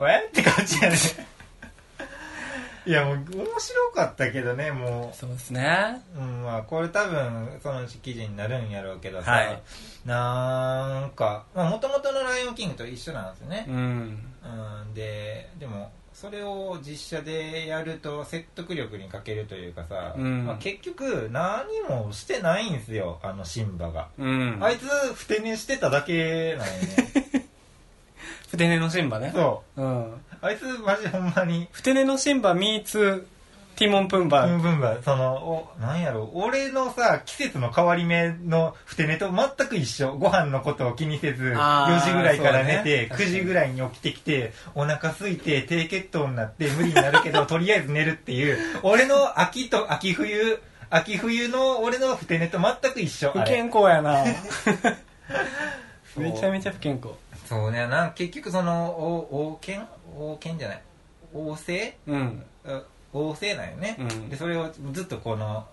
Speaker 1: えって感じやね。 いや、もう、面白かったけどね、も
Speaker 2: そうですね
Speaker 1: う。うん、まあ、これ多分、そのうち記事になるんやろうけどさ、
Speaker 2: はい
Speaker 1: なんか、まあ、もともとのライオンキングと一緒なんですよね。
Speaker 2: うん
Speaker 1: うん、で、でも、それを実写でやると説得力に欠けるというかさ、
Speaker 2: うん
Speaker 1: まあ、結局、何もしてないんですよ、あのシンバが。
Speaker 2: うん
Speaker 1: あいつ、ふて寝してただけなんよね。
Speaker 2: 筆根のシンバね
Speaker 1: そう。
Speaker 2: うん
Speaker 1: あいつマジほんまに
Speaker 2: ふてねのシンバ meets ティモンプン
Speaker 1: ブ
Speaker 2: バ
Speaker 1: ン
Speaker 2: ー。
Speaker 1: ブンバそのおなんやろ俺のさ季節の変わり目のふて寝と全く一緒ご飯のことを気にせず
Speaker 2: あー
Speaker 1: 4時ぐらいから寝て、
Speaker 2: そうだね
Speaker 1: 9時ぐらいに起きてきてお腹空いて低血糖になって無理になるけ どとりあえず寝るっていう俺の秋と秋冬秋冬の俺のふて寝と全く一緒
Speaker 2: 不
Speaker 1: あれ
Speaker 2: 健康やな
Speaker 1: そう
Speaker 2: めちゃめちゃ不健康
Speaker 1: そうねなん結局そのお王権王権じゃない王政
Speaker 2: うん
Speaker 1: あ王政なんよね、
Speaker 2: うん
Speaker 1: でそれをずっとこの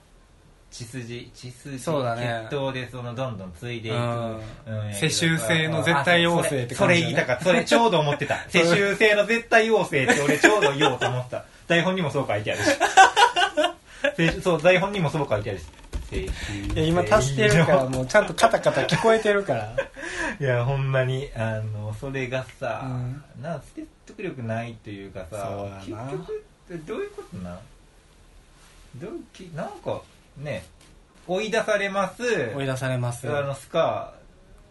Speaker 1: 血筋血筋
Speaker 2: そうだね
Speaker 1: 血統でそのどんどん継いでいく、
Speaker 2: うん
Speaker 1: うん
Speaker 2: 世襲制の絶対王政って
Speaker 1: あそ
Speaker 2: 感
Speaker 1: れそれ
Speaker 2: じだ
Speaker 1: 言
Speaker 2: ね
Speaker 1: いたかったそれちょうど思ってた 世襲制の絶対王政って俺ちょうど言おうと思ってた台本にもそう書いてある し世そう台本にもそう書いてあるし世襲
Speaker 2: い
Speaker 1: 制
Speaker 2: や今足してるからもうちゃんとカタカタ聞こえて るから
Speaker 1: いやほんまにあのそれがさ、
Speaker 2: う
Speaker 1: なん説得力ないというかさ
Speaker 2: そうやな
Speaker 1: 結局えどういうことなんどうきなんかね追い出されます
Speaker 2: 追い出されます
Speaker 1: あのスカ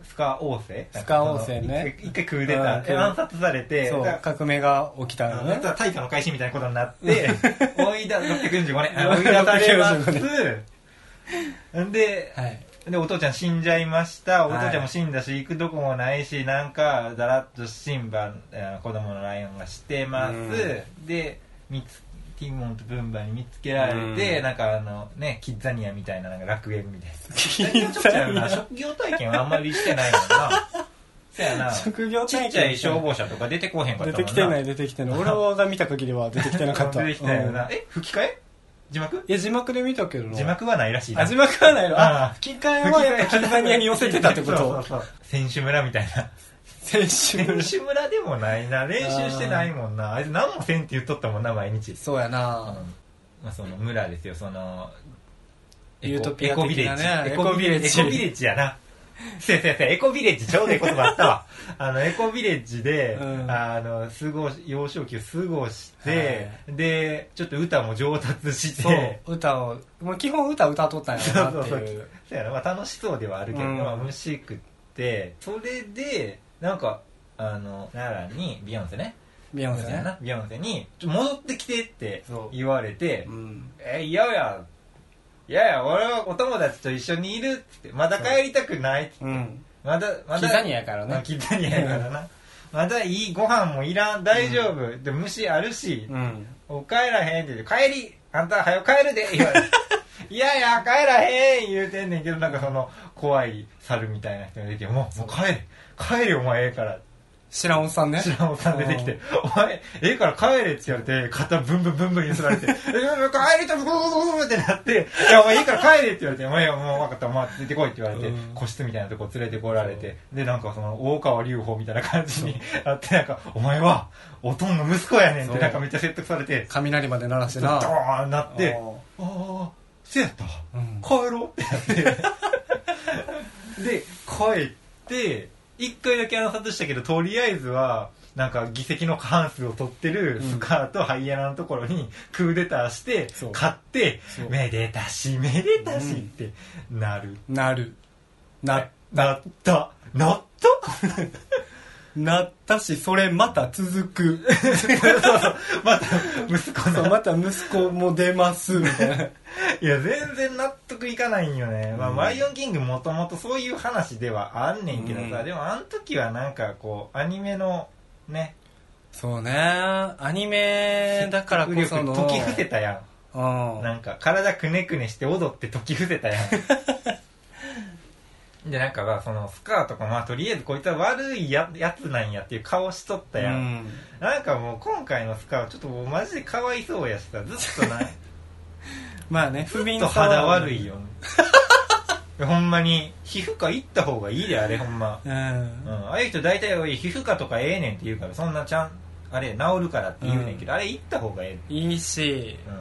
Speaker 1: スカ王政
Speaker 2: スカ王政ね
Speaker 1: 一回一回クーデターで
Speaker 2: うん
Speaker 1: 暗殺されて
Speaker 2: そ
Speaker 1: だ
Speaker 2: う
Speaker 1: から
Speaker 2: 革命が起きた
Speaker 1: あ
Speaker 2: の
Speaker 1: の
Speaker 2: ね
Speaker 1: 人は大化の改新みたいなことにな って、追い出、645年、あ追い出され
Speaker 2: 645
Speaker 1: ます。 んで、
Speaker 2: はい
Speaker 1: でお父ちゃん死んじゃいましたお
Speaker 2: はい
Speaker 1: 父ちゃんも死んだし、行くとこもないしなんかだらっとシンバえー子供のライオンがしてます、
Speaker 2: う
Speaker 1: で見つティモンとブンバに見つけられて、
Speaker 2: うん
Speaker 1: なんかあのねキッザニアみたいななんか楽園みたいな
Speaker 2: キ
Speaker 1: ちょっと やな職業体験はあんまりしてないもんなそやなち
Speaker 2: 職業
Speaker 1: っ
Speaker 2: 体験
Speaker 1: ちゃい消防車とか出てこうへんかったもん
Speaker 2: 出
Speaker 1: な
Speaker 2: てきてない出てきてない俺が見た限りは出てきてなかった
Speaker 1: 出てきてないよな、
Speaker 2: うん
Speaker 1: え吹き替え字幕
Speaker 2: いや字幕で見たけどな
Speaker 1: 字幕はないらしいな
Speaker 2: あ字幕はないの
Speaker 1: あ
Speaker 2: あ
Speaker 1: ー
Speaker 2: 吹き替えはやっぱキンザニアに寄せてたってこ
Speaker 1: そうそう
Speaker 2: と
Speaker 1: そう選手村みたいな
Speaker 2: 選手
Speaker 1: 練習村でもないな練習してないもんなあいつ何もせんって言っとったもんな毎日、
Speaker 2: そうや
Speaker 1: うん
Speaker 2: な
Speaker 1: まあ、その村ですよそのエコ
Speaker 2: ユートピア
Speaker 1: エコビレ
Speaker 2: 的な
Speaker 1: ッジ
Speaker 2: ね
Speaker 1: エコビレッジエ
Speaker 2: エコ
Speaker 1: コ
Speaker 2: ビレッ
Speaker 1: ビ
Speaker 2: ジ
Speaker 1: レッジやなせやせやせやエコビレッジちょうどええ言葉あった わあのエコビレッジで、
Speaker 2: うん
Speaker 1: あの過ごし幼少期を過ごして、でちょっと歌も上達して
Speaker 2: そう歌をもう基本歌歌っとったんやろなっ
Speaker 1: そう
Speaker 2: て
Speaker 1: そう
Speaker 2: いう
Speaker 1: そやな、まあ、楽しそうではあるけど、
Speaker 2: うん
Speaker 1: まあ、虫食ってそれでなんかあの奈良にビヨンセね
Speaker 2: ビヨンセね
Speaker 1: ビヨンセに「ちょ戻ってきて」って
Speaker 2: そう
Speaker 1: 言われて
Speaker 2: うん
Speaker 1: 「え嫌や嫌や俺はお友達と一緒にいる」って「まだ帰りたくない」って
Speaker 2: うん
Speaker 1: 「まだま
Speaker 2: キ
Speaker 1: だ
Speaker 2: ザニアやから
Speaker 1: まあ
Speaker 2: ね
Speaker 1: キザニアやからなまだいいご飯もいらん大丈夫、で虫あるし、
Speaker 2: うん
Speaker 1: お帰らへんって言って、帰りあんたはよ帰るで言われ て。いやいや、帰らへん言うてんねんけど、なんかその、怖い猿みたいな人が出てきて、もう、もう帰れ帰れお前ええから。
Speaker 2: 知らんおっさんね
Speaker 1: 知らんおっさん出てきて、お前、ええから帰れって言われて、肩ブンブンブンブン揺すられて、え帰りとブブブブブってなって、いや、お前いいから帰れって言われて、お前もう分かった、お前出てこいって言われて
Speaker 2: うん、
Speaker 1: 個室みたいなとこ連れてこられて、で、なんかその、大川隆法みたいな感じになって、なんか、お前は、おとんの息子やねんっ
Speaker 2: そ
Speaker 1: て、
Speaker 2: う
Speaker 1: なんかめっちゃ説得されて、
Speaker 2: 雷まで鳴らして
Speaker 1: ド
Speaker 2: な
Speaker 1: ーンなって
Speaker 2: おー
Speaker 1: ああせやったわ
Speaker 2: う ん
Speaker 1: 帰ろうってなってで帰って一回だけあの外したけどとりあえずはなんか議席の過半数を取ってるスカーとハイエナのところにクーデターして
Speaker 2: そう
Speaker 1: 買って
Speaker 2: そう
Speaker 1: めでたしめでたしってなる、
Speaker 2: なるな
Speaker 1: なったなった
Speaker 2: なったしそれまた続 く
Speaker 1: そうそうまた息子
Speaker 2: そ
Speaker 1: の
Speaker 2: うまた息子も出ますみたいない
Speaker 1: や全然納得いかないんよね、まあ
Speaker 2: うん
Speaker 1: ライオンキングもともとそういう話ではあんねんけどさ、
Speaker 2: うん
Speaker 1: でもあの時はなんかこうアニメのね
Speaker 2: そうねアニメだからこその
Speaker 1: 説得力解き伏せたや、
Speaker 2: うんん
Speaker 1: なんか体くねくねして踊って解き伏せた やんでなんかまあそのスカーとかまあとりあえずこいつは悪いややつなんやっていう顔しとったやん、
Speaker 2: うん
Speaker 1: なんかもう今回のスカーはちょっともうマジでかわいそうやしさずっとな
Speaker 2: まあね
Speaker 1: ず
Speaker 2: 不
Speaker 1: っ
Speaker 2: 憫
Speaker 1: と
Speaker 2: さは
Speaker 1: 肌悪いよいや ほんまに皮膚科行った方がいいであれほんま、
Speaker 2: う
Speaker 1: うん、
Speaker 2: ん
Speaker 1: ああいう人大体おい皮膚科とかええねんって言うからそんなちゃんあれ治るからって言うねんけど、あれ行った方がえ
Speaker 2: いいし
Speaker 1: え、うん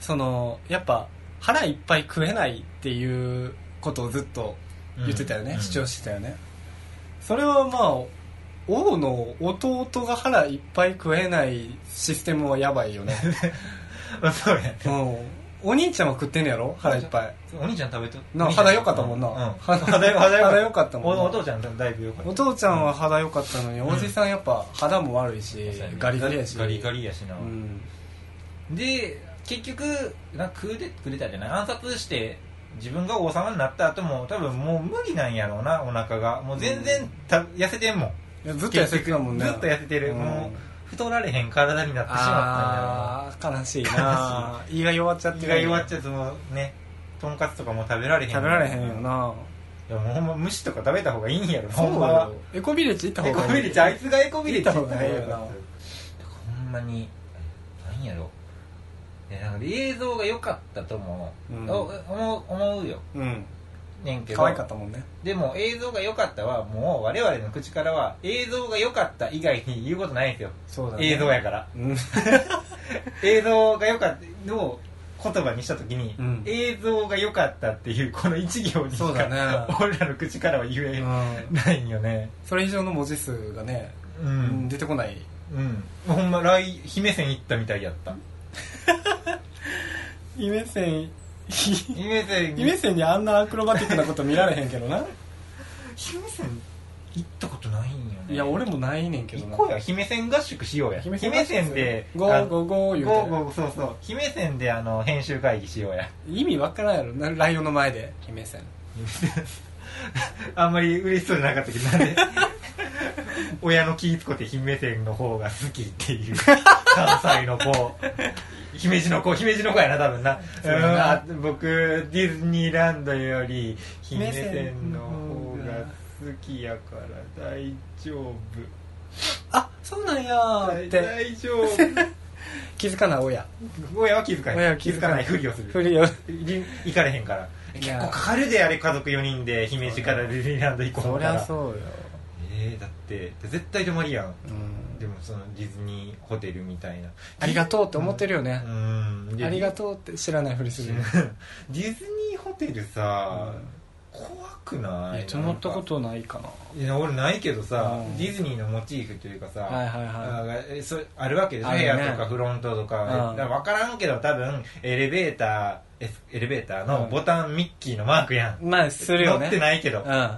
Speaker 2: そのやっぱ腹いっぱい食えないっていうことをずっと言ってたよね、
Speaker 1: うん
Speaker 2: 主張してたよねそれはまあ王の弟が腹いっぱい食えないシステムはやば いよね、
Speaker 1: まあそうやね
Speaker 2: うん、お兄ちゃんは食ってんのやろ腹いっぱい
Speaker 1: お兄ちゃん食べと
Speaker 2: な肌良かったもんな
Speaker 1: うん、
Speaker 2: 肌
Speaker 1: 肌よ肌よ
Speaker 2: 肌良かったもんな
Speaker 1: おお父ちゃんだいぶ良かった
Speaker 2: お父ちゃんは肌良かったのに、
Speaker 1: うん
Speaker 2: おじさんやっぱ肌も悪いし、
Speaker 1: そうやね
Speaker 2: ガリガリやし
Speaker 1: ガリガリやしな、
Speaker 2: うん、
Speaker 1: で結局なクーデクーデターじゃない暗殺して自分が王様になった後も多分もう無理なんやろうなお腹がもう全然た、痩せてんもん
Speaker 2: いやずっと痩せてたもんね
Speaker 1: ずっと痩せてる、
Speaker 2: うん
Speaker 1: もう太られへん体になってしま
Speaker 2: ああ悲しいな胃が弱っちゃ
Speaker 1: ったん
Speaker 2: って
Speaker 1: や
Speaker 2: る
Speaker 1: ろ胃が弱っちゃうともうねとんかつとかも食べられへん
Speaker 2: 食べられへんよない
Speaker 1: やもうほんま虫とか食べた方がいいんやろ
Speaker 2: そう
Speaker 1: ほんまは
Speaker 2: よエコビレッジ行った
Speaker 1: エ
Speaker 2: 方
Speaker 1: コ
Speaker 2: がい
Speaker 1: ビ
Speaker 2: い
Speaker 1: レッジあいつがエコビレッジ
Speaker 2: 行った方がいいよな
Speaker 1: ほんまに何やろいやなんか映像が良かったとも、
Speaker 2: うん
Speaker 1: お思う思うよ
Speaker 2: うん
Speaker 1: ねんけど
Speaker 2: 可愛かったもんね
Speaker 1: でも映像が良かったはもう我々の口からは映像が良かった以外に言うことないんですよ、
Speaker 2: そうだね
Speaker 1: 映像やから
Speaker 2: うん
Speaker 1: 映像が良かったのを言葉にした時に、
Speaker 2: うん
Speaker 1: 映像が良かったっていうこの一行にしか、
Speaker 2: そうだね
Speaker 1: 俺らの口からは言え
Speaker 2: うん
Speaker 1: ないんよね
Speaker 2: それ以上の文字数がね
Speaker 1: う
Speaker 2: うん出てこない
Speaker 1: うん、ほんま来姫線行ったみたいやった
Speaker 2: 夢線
Speaker 1: 姫線
Speaker 2: 夢線にあんなアクロバティックなこと見られへんけど な
Speaker 1: 姫線行ったことないんよね
Speaker 2: いや俺もないねんけ
Speaker 1: 行
Speaker 2: どな
Speaker 1: こうや姫線合宿しようや姫線で
Speaker 2: ゴ
Speaker 1: あ
Speaker 2: ーゴーゴー言
Speaker 1: ゴー
Speaker 2: うて
Speaker 1: ゴーそうそう姫線であの編集会議しようや
Speaker 2: 意味わからんやろなライオンの前で姫線
Speaker 1: あんまり嬉しそうじゃなかったけどなんで 親の気使って姫線の方が好きっていう 関西の子姫路の子姫路の子やな多分な
Speaker 2: そうやな
Speaker 1: うんあ僕ディズニーランドより姫線の方が好きやから大丈夫
Speaker 2: あそうなんやー
Speaker 1: 大
Speaker 2: って
Speaker 1: 大丈夫
Speaker 2: 気づかない親
Speaker 1: 親は気遣い
Speaker 2: 親は
Speaker 1: 気
Speaker 2: 気
Speaker 1: づ
Speaker 2: づ
Speaker 1: か
Speaker 2: か
Speaker 1: な
Speaker 2: ないい
Speaker 1: ふりをする
Speaker 2: ふりを
Speaker 1: り行かれへんから
Speaker 2: い
Speaker 1: 結
Speaker 2: や
Speaker 1: 構かかるであれ家族4人で姫路からディズニーランド行こう
Speaker 2: そ
Speaker 1: 思っ
Speaker 2: り
Speaker 1: た
Speaker 2: ゃ
Speaker 1: ら
Speaker 2: そうよ
Speaker 1: えー、だって絶対泊まりやん
Speaker 2: うん
Speaker 1: でもそのディズニーホテルみたいな
Speaker 2: ありがとうって思って
Speaker 1: る
Speaker 2: るよね
Speaker 1: うん
Speaker 2: ありが
Speaker 1: と
Speaker 2: とうって知らないふりする
Speaker 1: ディズニーホテルさ、
Speaker 2: うん
Speaker 1: 怖くない
Speaker 2: いや泊まったことないかない
Speaker 1: や俺ないけどさ、
Speaker 2: うん
Speaker 1: ディズニーのモチーフというかさ、
Speaker 2: はいはいは
Speaker 1: あえそあるわけでしょ
Speaker 2: ある
Speaker 1: 部
Speaker 2: ね
Speaker 1: 屋とかフロントとか,、
Speaker 2: うん
Speaker 1: だから分からんけど多分エレベーターエスエレベーター
Speaker 2: う
Speaker 1: の
Speaker 2: ん
Speaker 1: ボタンミッキーのマークやん、
Speaker 2: いまあするよ
Speaker 1: 乗
Speaker 2: ね
Speaker 1: ってないけど、
Speaker 2: うん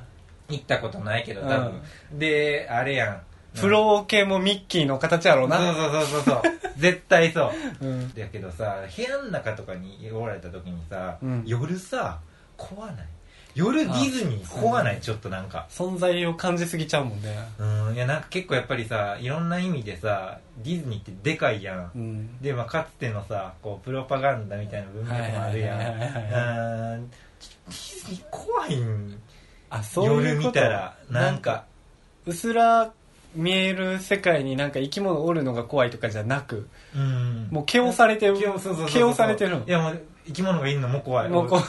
Speaker 1: 行ったことないけど多分、であれやん
Speaker 2: フロー系もミッキーの形やろう
Speaker 1: そうそ
Speaker 2: な
Speaker 1: うそうそうそう絶対そう
Speaker 2: うん
Speaker 1: だけどさ部屋の中とかにおられた時にさ、
Speaker 2: うん
Speaker 1: 夜さ怖ない夜ディズニー怖ないちょっとなんか
Speaker 2: 存在を感じすぎちゃうもんね
Speaker 1: うんいやなんか結構やっぱりさいろんな意味でさディズニーってでかいやん
Speaker 2: うん
Speaker 1: で、まあ、かつてのさこうプロパガンダみたいな文脈もあるやんう
Speaker 2: はいはいはいはい
Speaker 1: ーんディズニー怖いん
Speaker 2: あそういう
Speaker 1: 夜
Speaker 2: こと
Speaker 1: 見たらなんか
Speaker 2: うすら見える世界になんか生き物おるのが怖いとかじゃなく
Speaker 1: うん
Speaker 2: もう毛をされてる
Speaker 1: 気をそうそうそう
Speaker 2: 毛をされてるの
Speaker 1: いやもう生き物がいるのも怖い
Speaker 2: もうこ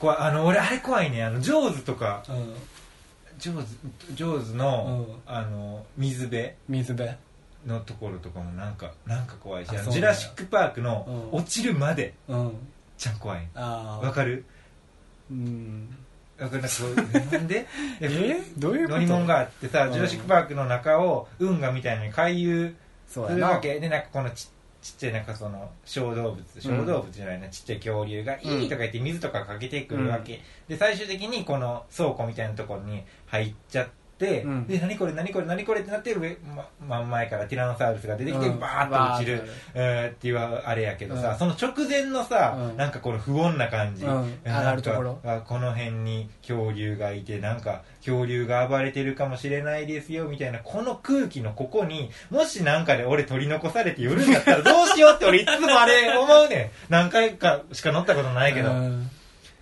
Speaker 1: 怖いあの俺あれ怖いねあのジョーズとか
Speaker 2: う、うん、
Speaker 1: ジョーズジョーズの,、
Speaker 2: うん
Speaker 1: あの水辺
Speaker 2: 水辺
Speaker 1: のところとかもなんかなんか怖いし
Speaker 2: あ
Speaker 1: あの
Speaker 2: そう
Speaker 1: ジ
Speaker 2: なん
Speaker 1: ュラ
Speaker 2: だ
Speaker 1: シック・パークの
Speaker 2: うん
Speaker 1: 落ちるまで
Speaker 2: うん
Speaker 1: ちゃん怖い
Speaker 2: あ
Speaker 1: わ
Speaker 2: あ
Speaker 1: かる
Speaker 2: うん
Speaker 1: だからなんかなんで
Speaker 2: えどういうこと
Speaker 1: 乗り物があってさ、
Speaker 2: うん
Speaker 1: ジュラシック・パークの中を運河みたいなのに回遊
Speaker 2: そう
Speaker 1: す
Speaker 2: や
Speaker 1: るわ
Speaker 2: な
Speaker 1: けでなんかこのちちっちゃいなんかその小動物小動物じゃないな、ちっちゃい恐竜が「い
Speaker 2: う
Speaker 1: い」
Speaker 2: ん
Speaker 1: とか言って水とかかけてくるわけ、で最終的にこの倉庫みたいなところに入っちゃって、
Speaker 2: うん
Speaker 1: で何これ何これ何これってなって上、ま、真ん前からティラノサウルスが出てきて、
Speaker 2: うん
Speaker 1: バーッと落ちる、えーっていうあれやけどさ、
Speaker 2: うん
Speaker 1: その直前のさ、
Speaker 2: うん
Speaker 1: なんかこの不穏な感じ、
Speaker 2: うん
Speaker 1: えー
Speaker 2: 上がるところ
Speaker 1: なんかあこの辺に恐竜がいてなんか恐竜が暴れてるかもしれないですよみたいなこの空気のここにもしなんかで俺取り残されて寄るんだ ったらどうしようって俺いつもあれ思うねん何回かしか乗ったことないけど、
Speaker 2: うん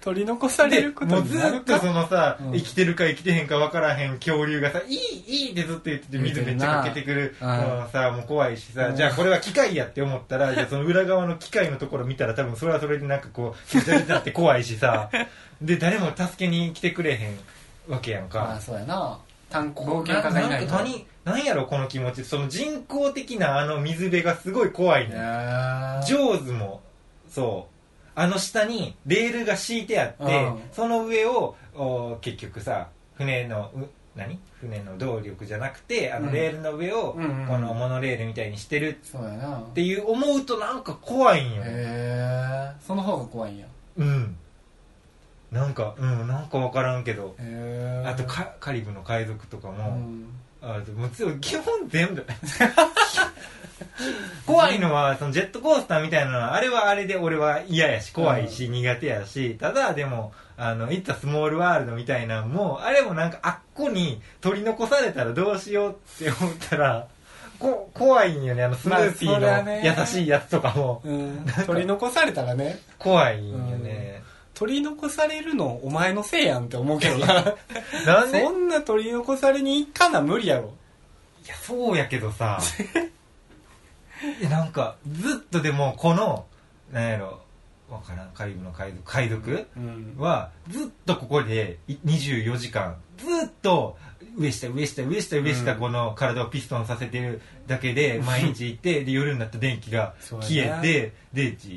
Speaker 2: 取り残され
Speaker 1: で
Speaker 2: るこ
Speaker 1: も
Speaker 2: と
Speaker 1: う
Speaker 2: に
Speaker 1: ず
Speaker 2: なる
Speaker 1: っ
Speaker 2: か
Speaker 1: とそのさ、
Speaker 2: うん
Speaker 1: 生きてるか生きてへんか分からへん恐竜がさ「いいいい」ってずっと言ってて水めっちゃかけてくる
Speaker 2: 見てるな
Speaker 1: のさもう怖いしさ、
Speaker 2: うん
Speaker 1: じゃあこれは機械やって思った らじゃあその裏側の機械のところ見たら多分それはそれでなんかこうめちゃめちゃって怖いし さで誰も助けに来てくれへんわけやんか、
Speaker 2: まあそうやな単
Speaker 1: 冒
Speaker 2: 冒
Speaker 1: 険
Speaker 2: 険
Speaker 1: 家
Speaker 2: 家
Speaker 1: が
Speaker 2: が
Speaker 1: い
Speaker 2: い
Speaker 1: な
Speaker 2: ないい
Speaker 1: と何何やろこの気持ちその人工的なあの水辺がすごい怖いね
Speaker 2: や
Speaker 1: ジョーズもそうあの下にレールが敷いてあって、
Speaker 2: うん
Speaker 1: その上をお結局さ船のう何船の動力じゃなくてあ
Speaker 2: う
Speaker 1: の
Speaker 2: ん
Speaker 1: レールの上を
Speaker 2: うんうんうん
Speaker 1: このモノレールみたいにしてる
Speaker 2: そうやな
Speaker 1: っていう思うとなんか怖いんよ、
Speaker 2: へえその方が怖いんや
Speaker 1: うんなんかうんなんか分からんけど
Speaker 2: へえ
Speaker 1: あとカカリブの海賊とか
Speaker 2: う
Speaker 1: も、
Speaker 2: ん
Speaker 1: あもうつ基本全 部怖いのはそのジェットコースターみたいなのはあれはあれで俺は嫌やし怖いし苦手やしただでも「あのいったスモールワールド」みたいなのもあれもなんかあっこに取り残されたらどうしようって思ったらこ怖いんよねあのスヌーピ
Speaker 2: まあそれは
Speaker 1: ーの
Speaker 2: ね
Speaker 1: 優しいやつとかも
Speaker 2: うん取り残されたらね
Speaker 1: 怖いんよね、
Speaker 2: 取り残されるのお前のせいやんって思うけどな
Speaker 1: なんで
Speaker 2: そんな取り残されに行かな無理やろ
Speaker 1: いや、そうやけどさ。 いや、なんか、ずっとでも、この、なんやろ、わからん、カリブの海賊、海賊
Speaker 2: うん
Speaker 1: は、ずっとここで、い24時間、ずっと、上下、上下、上下、上下、
Speaker 2: うん
Speaker 1: この体をピストンさせてるだけで、毎日行って、で、夜になった電気が
Speaker 2: そうや
Speaker 1: 消
Speaker 2: な
Speaker 1: えて、で、じ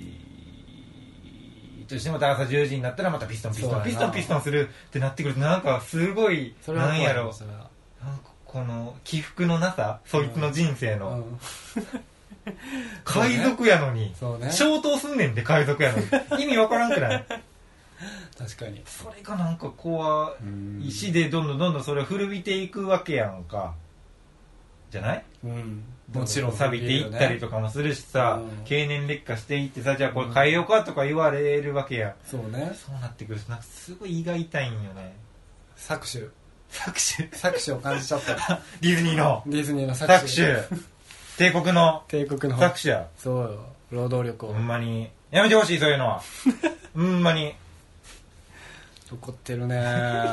Speaker 1: ーっとしてまた朝10時になったら、またピストン、ピス
Speaker 2: そう
Speaker 1: ト
Speaker 2: や
Speaker 1: ン、
Speaker 2: な
Speaker 1: ピストン、ピストンするってなってくると、なんか、すごい、
Speaker 2: それは
Speaker 1: な
Speaker 2: 怖
Speaker 1: ん
Speaker 2: い
Speaker 1: やろ、
Speaker 2: それは
Speaker 1: なんかこの起伏のなさそいつの人生
Speaker 2: う
Speaker 1: の、
Speaker 2: ん
Speaker 1: 海賊やのに、
Speaker 2: そうね
Speaker 1: 消灯すんねんで海賊やのに意味わからんく らい
Speaker 2: 確かに
Speaker 1: それがなんか怖い
Speaker 2: 石
Speaker 1: しでどんどんどんどんそれ古びていくわけやんかじゃない
Speaker 2: うんもちろん
Speaker 1: 錆びていったり
Speaker 2: か
Speaker 1: とかもするしさ、
Speaker 2: うん
Speaker 1: 経年劣化していってさじゃあこれ変えようかとか言われるわけや、
Speaker 2: そうね
Speaker 1: そうなってくるとなんかすごい胃が痛いんよね
Speaker 2: 搾取
Speaker 1: 搾取
Speaker 2: 搾取を感じちゃった
Speaker 1: ディズニーの
Speaker 2: ディズニーの搾
Speaker 1: 搾
Speaker 2: 取
Speaker 1: 取帝国の
Speaker 2: 帝国の
Speaker 1: 搾取や
Speaker 2: そうよ労働力を
Speaker 1: ほんまにやめてほしいそういう のはほんまに
Speaker 2: 怒ってるね
Speaker 1: い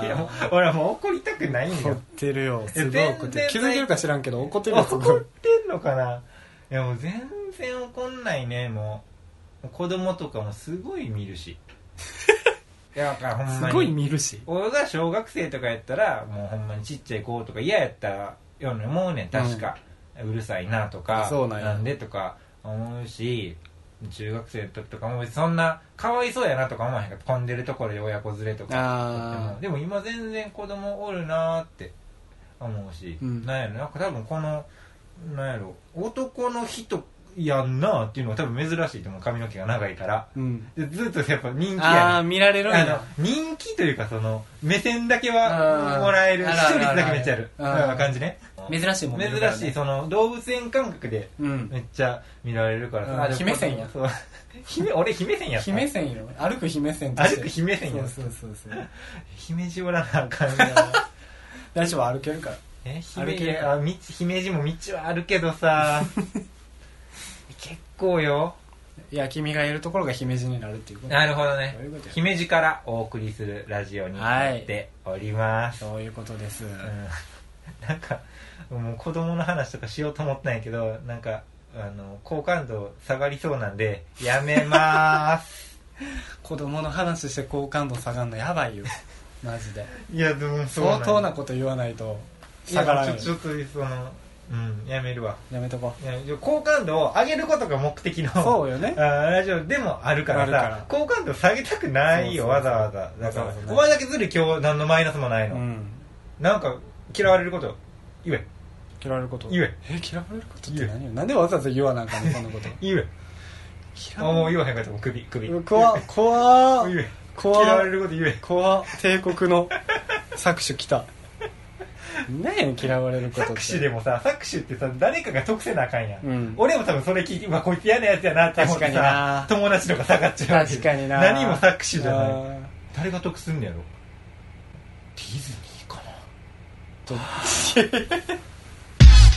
Speaker 1: やもう俺はもう怒りたくないん
Speaker 2: 怒っ
Speaker 1: よ
Speaker 2: てるよすごい怒って
Speaker 1: 全
Speaker 2: る
Speaker 1: 然
Speaker 2: 気づいてるか知らんけど怒ってるよす
Speaker 1: 怒
Speaker 2: ご
Speaker 1: っ
Speaker 2: い
Speaker 1: てんのかないやもう全然怒んないねもう子供とかもすごい見る しいやだからほんますに
Speaker 2: ごい見るし
Speaker 1: 俺が小学生とかやったらもうほんまにちっちゃい子とか嫌やったように思うねん確か、うるさいなとか
Speaker 2: そうなんや
Speaker 1: でとか思うし中学生の時とかもそんなかわいそうやなとか思わへんかった混んでるところで親子連れとか
Speaker 2: あ
Speaker 1: でもでも今全然子供おるなーって思うし、
Speaker 2: うん
Speaker 1: なんやろなんか多分このなんやろ男の人やんなーっていうのが多分珍しいと思う髪の毛が長いから
Speaker 2: あうん
Speaker 1: でずっとやっぱ人気やね
Speaker 2: ああ見られるん
Speaker 1: あの
Speaker 2: や
Speaker 1: 人気というかその目線だけ
Speaker 2: あ
Speaker 1: は
Speaker 2: ー
Speaker 1: もらえる
Speaker 2: あ
Speaker 1: 視
Speaker 2: る
Speaker 1: 聴
Speaker 2: ある
Speaker 1: 率だけめっちゃある
Speaker 2: ある
Speaker 1: うん感じね
Speaker 2: 珍しいもん見るから
Speaker 1: 珍
Speaker 2: ね
Speaker 1: しいその動物園感覚で
Speaker 2: うん
Speaker 1: めっちゃ見られるから
Speaker 2: うん
Speaker 1: さあでも
Speaker 2: 姫線や
Speaker 1: そう 姫俺姫線やった
Speaker 2: 姫線よ歩く姫線として
Speaker 1: 歩く姫線や
Speaker 2: そうそうそうそう
Speaker 1: 姫路おらなあかんな
Speaker 2: 大丈夫歩けるから
Speaker 1: え姫
Speaker 2: 歩け
Speaker 1: 路
Speaker 2: る
Speaker 1: あ道姫路も道はあるけど さ結構よ
Speaker 2: いや君がいるところが姫路になるっていうこと
Speaker 1: なるほどね
Speaker 2: そういうことや
Speaker 1: 姫路からお送りするラジオに
Speaker 2: は
Speaker 1: ないっております、
Speaker 2: そういうことです
Speaker 1: うんなんかもう子供の話とかしようと思ったんやけどなんかあの好感度下がりそうなんでやめまー す
Speaker 2: 子供の話して好感度下がんのや ばいよマジで
Speaker 1: いやでもそう
Speaker 2: 相当
Speaker 1: んや
Speaker 2: なこと言わないと
Speaker 1: いや
Speaker 2: 下がらんよ
Speaker 1: ちょちょっとそのうんやめるわ
Speaker 2: やめとこ
Speaker 1: いやでも好感度を上げることが目的の
Speaker 2: うそうよね
Speaker 1: あーラジオでもあるからさ
Speaker 2: ある
Speaker 1: 好感度下げたくないよ
Speaker 2: そう
Speaker 1: わ
Speaker 2: そう
Speaker 1: ざ
Speaker 2: そう
Speaker 1: わざだから
Speaker 2: わざわざ
Speaker 1: お前だけずるい今日何のマイナスもないうの、
Speaker 2: ん
Speaker 1: なんか嫌われること言え
Speaker 2: 嫌われること
Speaker 1: 言え
Speaker 2: え嫌われることっ
Speaker 1: 言え
Speaker 2: て何よなんでわざわざ言わなあかんのそん なこと
Speaker 1: 言え
Speaker 2: 嫌
Speaker 1: あもう
Speaker 2: わ
Speaker 1: 言わへんかったもん首首
Speaker 2: れ怖っ怖っ
Speaker 1: 言え
Speaker 2: 怖っ
Speaker 1: 嫌われること言え
Speaker 2: 怖っ帝国の搾取来たねえ嫌われることって
Speaker 1: 作詞で
Speaker 2: も
Speaker 1: もさ作詞ってさ誰かが得せなあかんやん、
Speaker 2: うん
Speaker 1: 俺も多分それ聞いてうわこいつ嫌なやつやなって思って
Speaker 2: 確かに
Speaker 1: さ
Speaker 2: な
Speaker 1: 友達とか下がっちゃうわけ
Speaker 2: 確かにな
Speaker 1: 何も作詞じゃない
Speaker 2: い
Speaker 1: 誰が得すんのやろディズニーかな
Speaker 2: と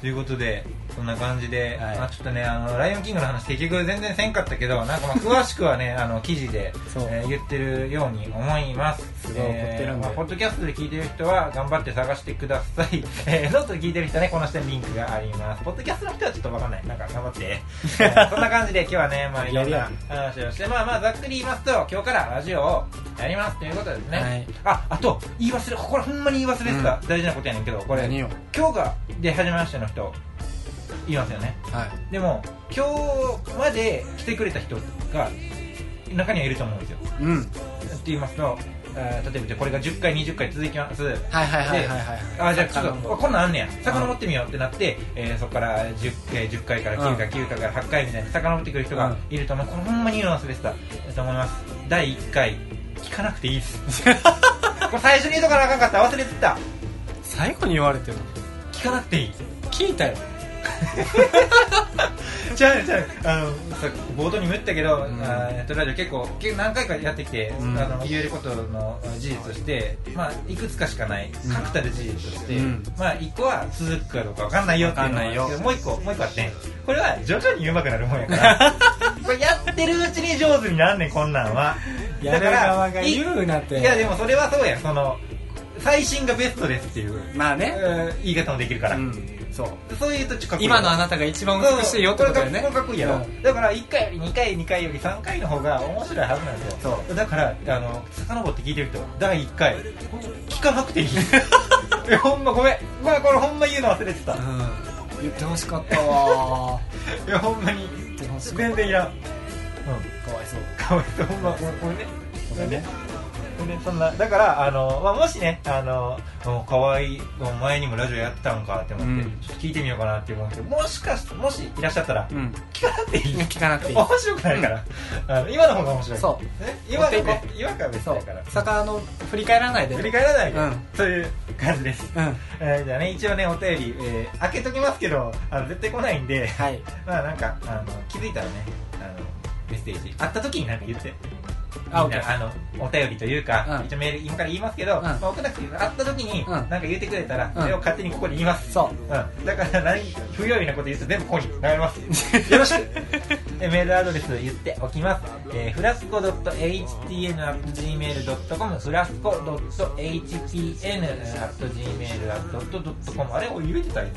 Speaker 1: ということでそんな感じで、
Speaker 2: はい
Speaker 1: まあ、ちょっとねあの「ライオンキング」の話結局全然せんかったけどなんかまあ詳しくはねあの記事で
Speaker 2: そう、
Speaker 1: えー言ってるように思います
Speaker 2: すごい怒ってるんで
Speaker 1: まあ、ポッドキャストで聞いてる人は頑張って探してくださ い、えー、ノートで聞いてる人はねこの下にリンクがありますポッドキャストの人はちょっとわかんないなんか頑張って、 えーそんな感じで今日はねまあいろんな話をしてまあまあざっくり言いますと今日からラジオをやりますということですね、
Speaker 2: はい
Speaker 1: ああと言い忘れこれほんまに言い忘れてた、
Speaker 2: う
Speaker 1: 大事なことやねんけどこれ
Speaker 2: 何を
Speaker 1: 今日が出始めましたの人いますよね
Speaker 2: はい
Speaker 1: でも今日まで来てくれた人が中にはいると思うんですよ
Speaker 2: うん
Speaker 1: って言いますと、えー例えばじゃあこれが10回20回続きます
Speaker 2: はいはいはいはい
Speaker 1: あ
Speaker 2: はい
Speaker 1: ーじゃあちょっとあこんなんあんねや遡
Speaker 2: うん
Speaker 1: ってみようってなって、えーそこから10回 ,10 回から9回
Speaker 2: うん
Speaker 1: 9回から8回みたいに遡ってくる人がいると思う、これほんまに言うの忘れてたと思います第1回聞かなくていいですこれ最初に言うとかなあかんかった忘れてた
Speaker 2: 最後に言われても
Speaker 1: 聞かなくていい
Speaker 2: 聞いたよ
Speaker 1: じゃあじゃああのさ冒頭にも言ったけど、
Speaker 2: うん
Speaker 1: あーネットラジオ結構結構何回かやってきて、
Speaker 2: うん
Speaker 1: あの言えることの事実として、まあ、いくつかしかない
Speaker 2: ん
Speaker 1: 確たる事実として、
Speaker 2: うん
Speaker 1: まあ1個は続くかどうか分かんないよっていうのがあるんですけどもう1個もう一個あってねこれは徐々に上手くなるもんやから これやってるうちに上手になんねんこんなんは
Speaker 2: やる側が
Speaker 1: い
Speaker 2: 言うなって
Speaker 1: いやでもそれはそうやその最新がベストですっていう、
Speaker 2: まあね
Speaker 1: えー言い方もできるから、
Speaker 2: うんそう
Speaker 1: そういうとちょっとかっこいい
Speaker 2: 今のあなたが一番美しいよってことだよね
Speaker 1: これかっこいいやろ、だから1回より2回2回より3回の方が面白いはずなんですよだからあの遡って聞いてる人第1回聞かなくてい いえほんまごめんごめんこれほんま言うの忘れてたい
Speaker 2: うん言ってほしかった わ
Speaker 1: やほんまに
Speaker 2: 言ってほしかっ
Speaker 1: 全然いらんうん
Speaker 2: たかわいそう
Speaker 1: かわいそうほんまごめんごめんね
Speaker 2: ごめんね
Speaker 1: ごめんねそんなだからあの、まあ、もしねあのもう可愛いもう前にもラジオやってたのかって思って、
Speaker 2: うん
Speaker 1: ちょっと聞いてみようかなって思うんですけどもしかしてもしいらっしゃったら、
Speaker 2: うん
Speaker 1: 聞かなくていい
Speaker 2: 聞かなくていい
Speaker 1: 面白くないから、あの今の方が面白い
Speaker 2: そう
Speaker 1: ね今の
Speaker 2: 持ってい
Speaker 1: 方
Speaker 2: て
Speaker 1: 今が別
Speaker 2: そ
Speaker 1: だ
Speaker 2: う
Speaker 1: から
Speaker 2: 魚の振り返らないで
Speaker 1: 振
Speaker 2: ね
Speaker 1: り返らないで、
Speaker 2: うん
Speaker 1: という感じです、
Speaker 2: うん
Speaker 1: えーじゃあね一応ねお便り、えー開けときますけどあの絶対来ないんで
Speaker 2: はい
Speaker 1: まあなんかあの気づいたらねあのメッセージ会った時になんか言って
Speaker 2: あ
Speaker 1: みん
Speaker 2: OK
Speaker 1: なあのお便りというか、
Speaker 2: うん
Speaker 1: 一応メール今から言いますけど、
Speaker 2: ん
Speaker 1: まあ、送らなくていいです会った時に
Speaker 2: ん
Speaker 1: なんか言ってくれたら、
Speaker 2: うん
Speaker 1: それを勝手にここで言います、
Speaker 2: そう
Speaker 1: うん、だから何不用意なこと言うと全部ここに流れますよろしくえメールアドレス言っておきます、えー、フラスコ .htn.gmail.com フラスコ .htn.gmail.com あれお言えてた今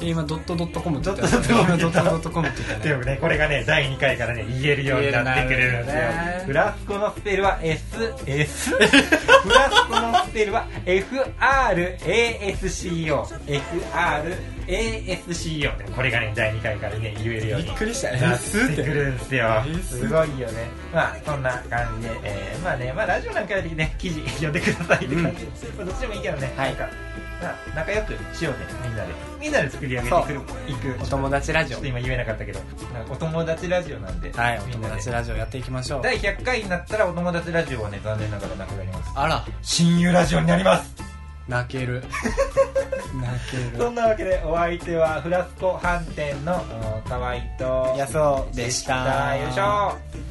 Speaker 2: で今ドットドットコムって言った
Speaker 1: ドットドットコム
Speaker 2: 今ドットドットコムって言った
Speaker 1: で
Speaker 2: ね
Speaker 1: もねこれがね第2回からね言えるようになってくれるんですよ
Speaker 2: 言えるようになるよね
Speaker 1: フラスコのスペルは SS フラスコのスペルは FRASCOFRASCO でもこれがね第2回からね言えるように
Speaker 2: びっくりした
Speaker 1: なってくるんですよ
Speaker 2: S
Speaker 1: すごいよねまあそんな感じで、えーまあねまあラジオなんかよりね記事読んでくださいって感じ、まあ、どっちでもいいけどね、
Speaker 2: は
Speaker 1: な
Speaker 2: い
Speaker 1: んかまあ仲良くしようねみんなでみんなで作り上げてくるいく
Speaker 2: お友達ラジ
Speaker 1: ちょ
Speaker 2: オ
Speaker 1: っと今言えなかったけどなんかお友達ラジオなんで、
Speaker 2: はいお
Speaker 1: みん
Speaker 2: 友
Speaker 1: なで
Speaker 2: 達ラジオやっていきましょう
Speaker 1: 第100回になったらお友達ラジオはね残念ながらなくなります
Speaker 2: あら
Speaker 1: 親友ラジオになります
Speaker 2: 泣ける泣け
Speaker 1: そ
Speaker 2: る
Speaker 1: んなわけでお相手はフラスコ飯店のうん河合と
Speaker 2: やそうでした
Speaker 1: よいしょ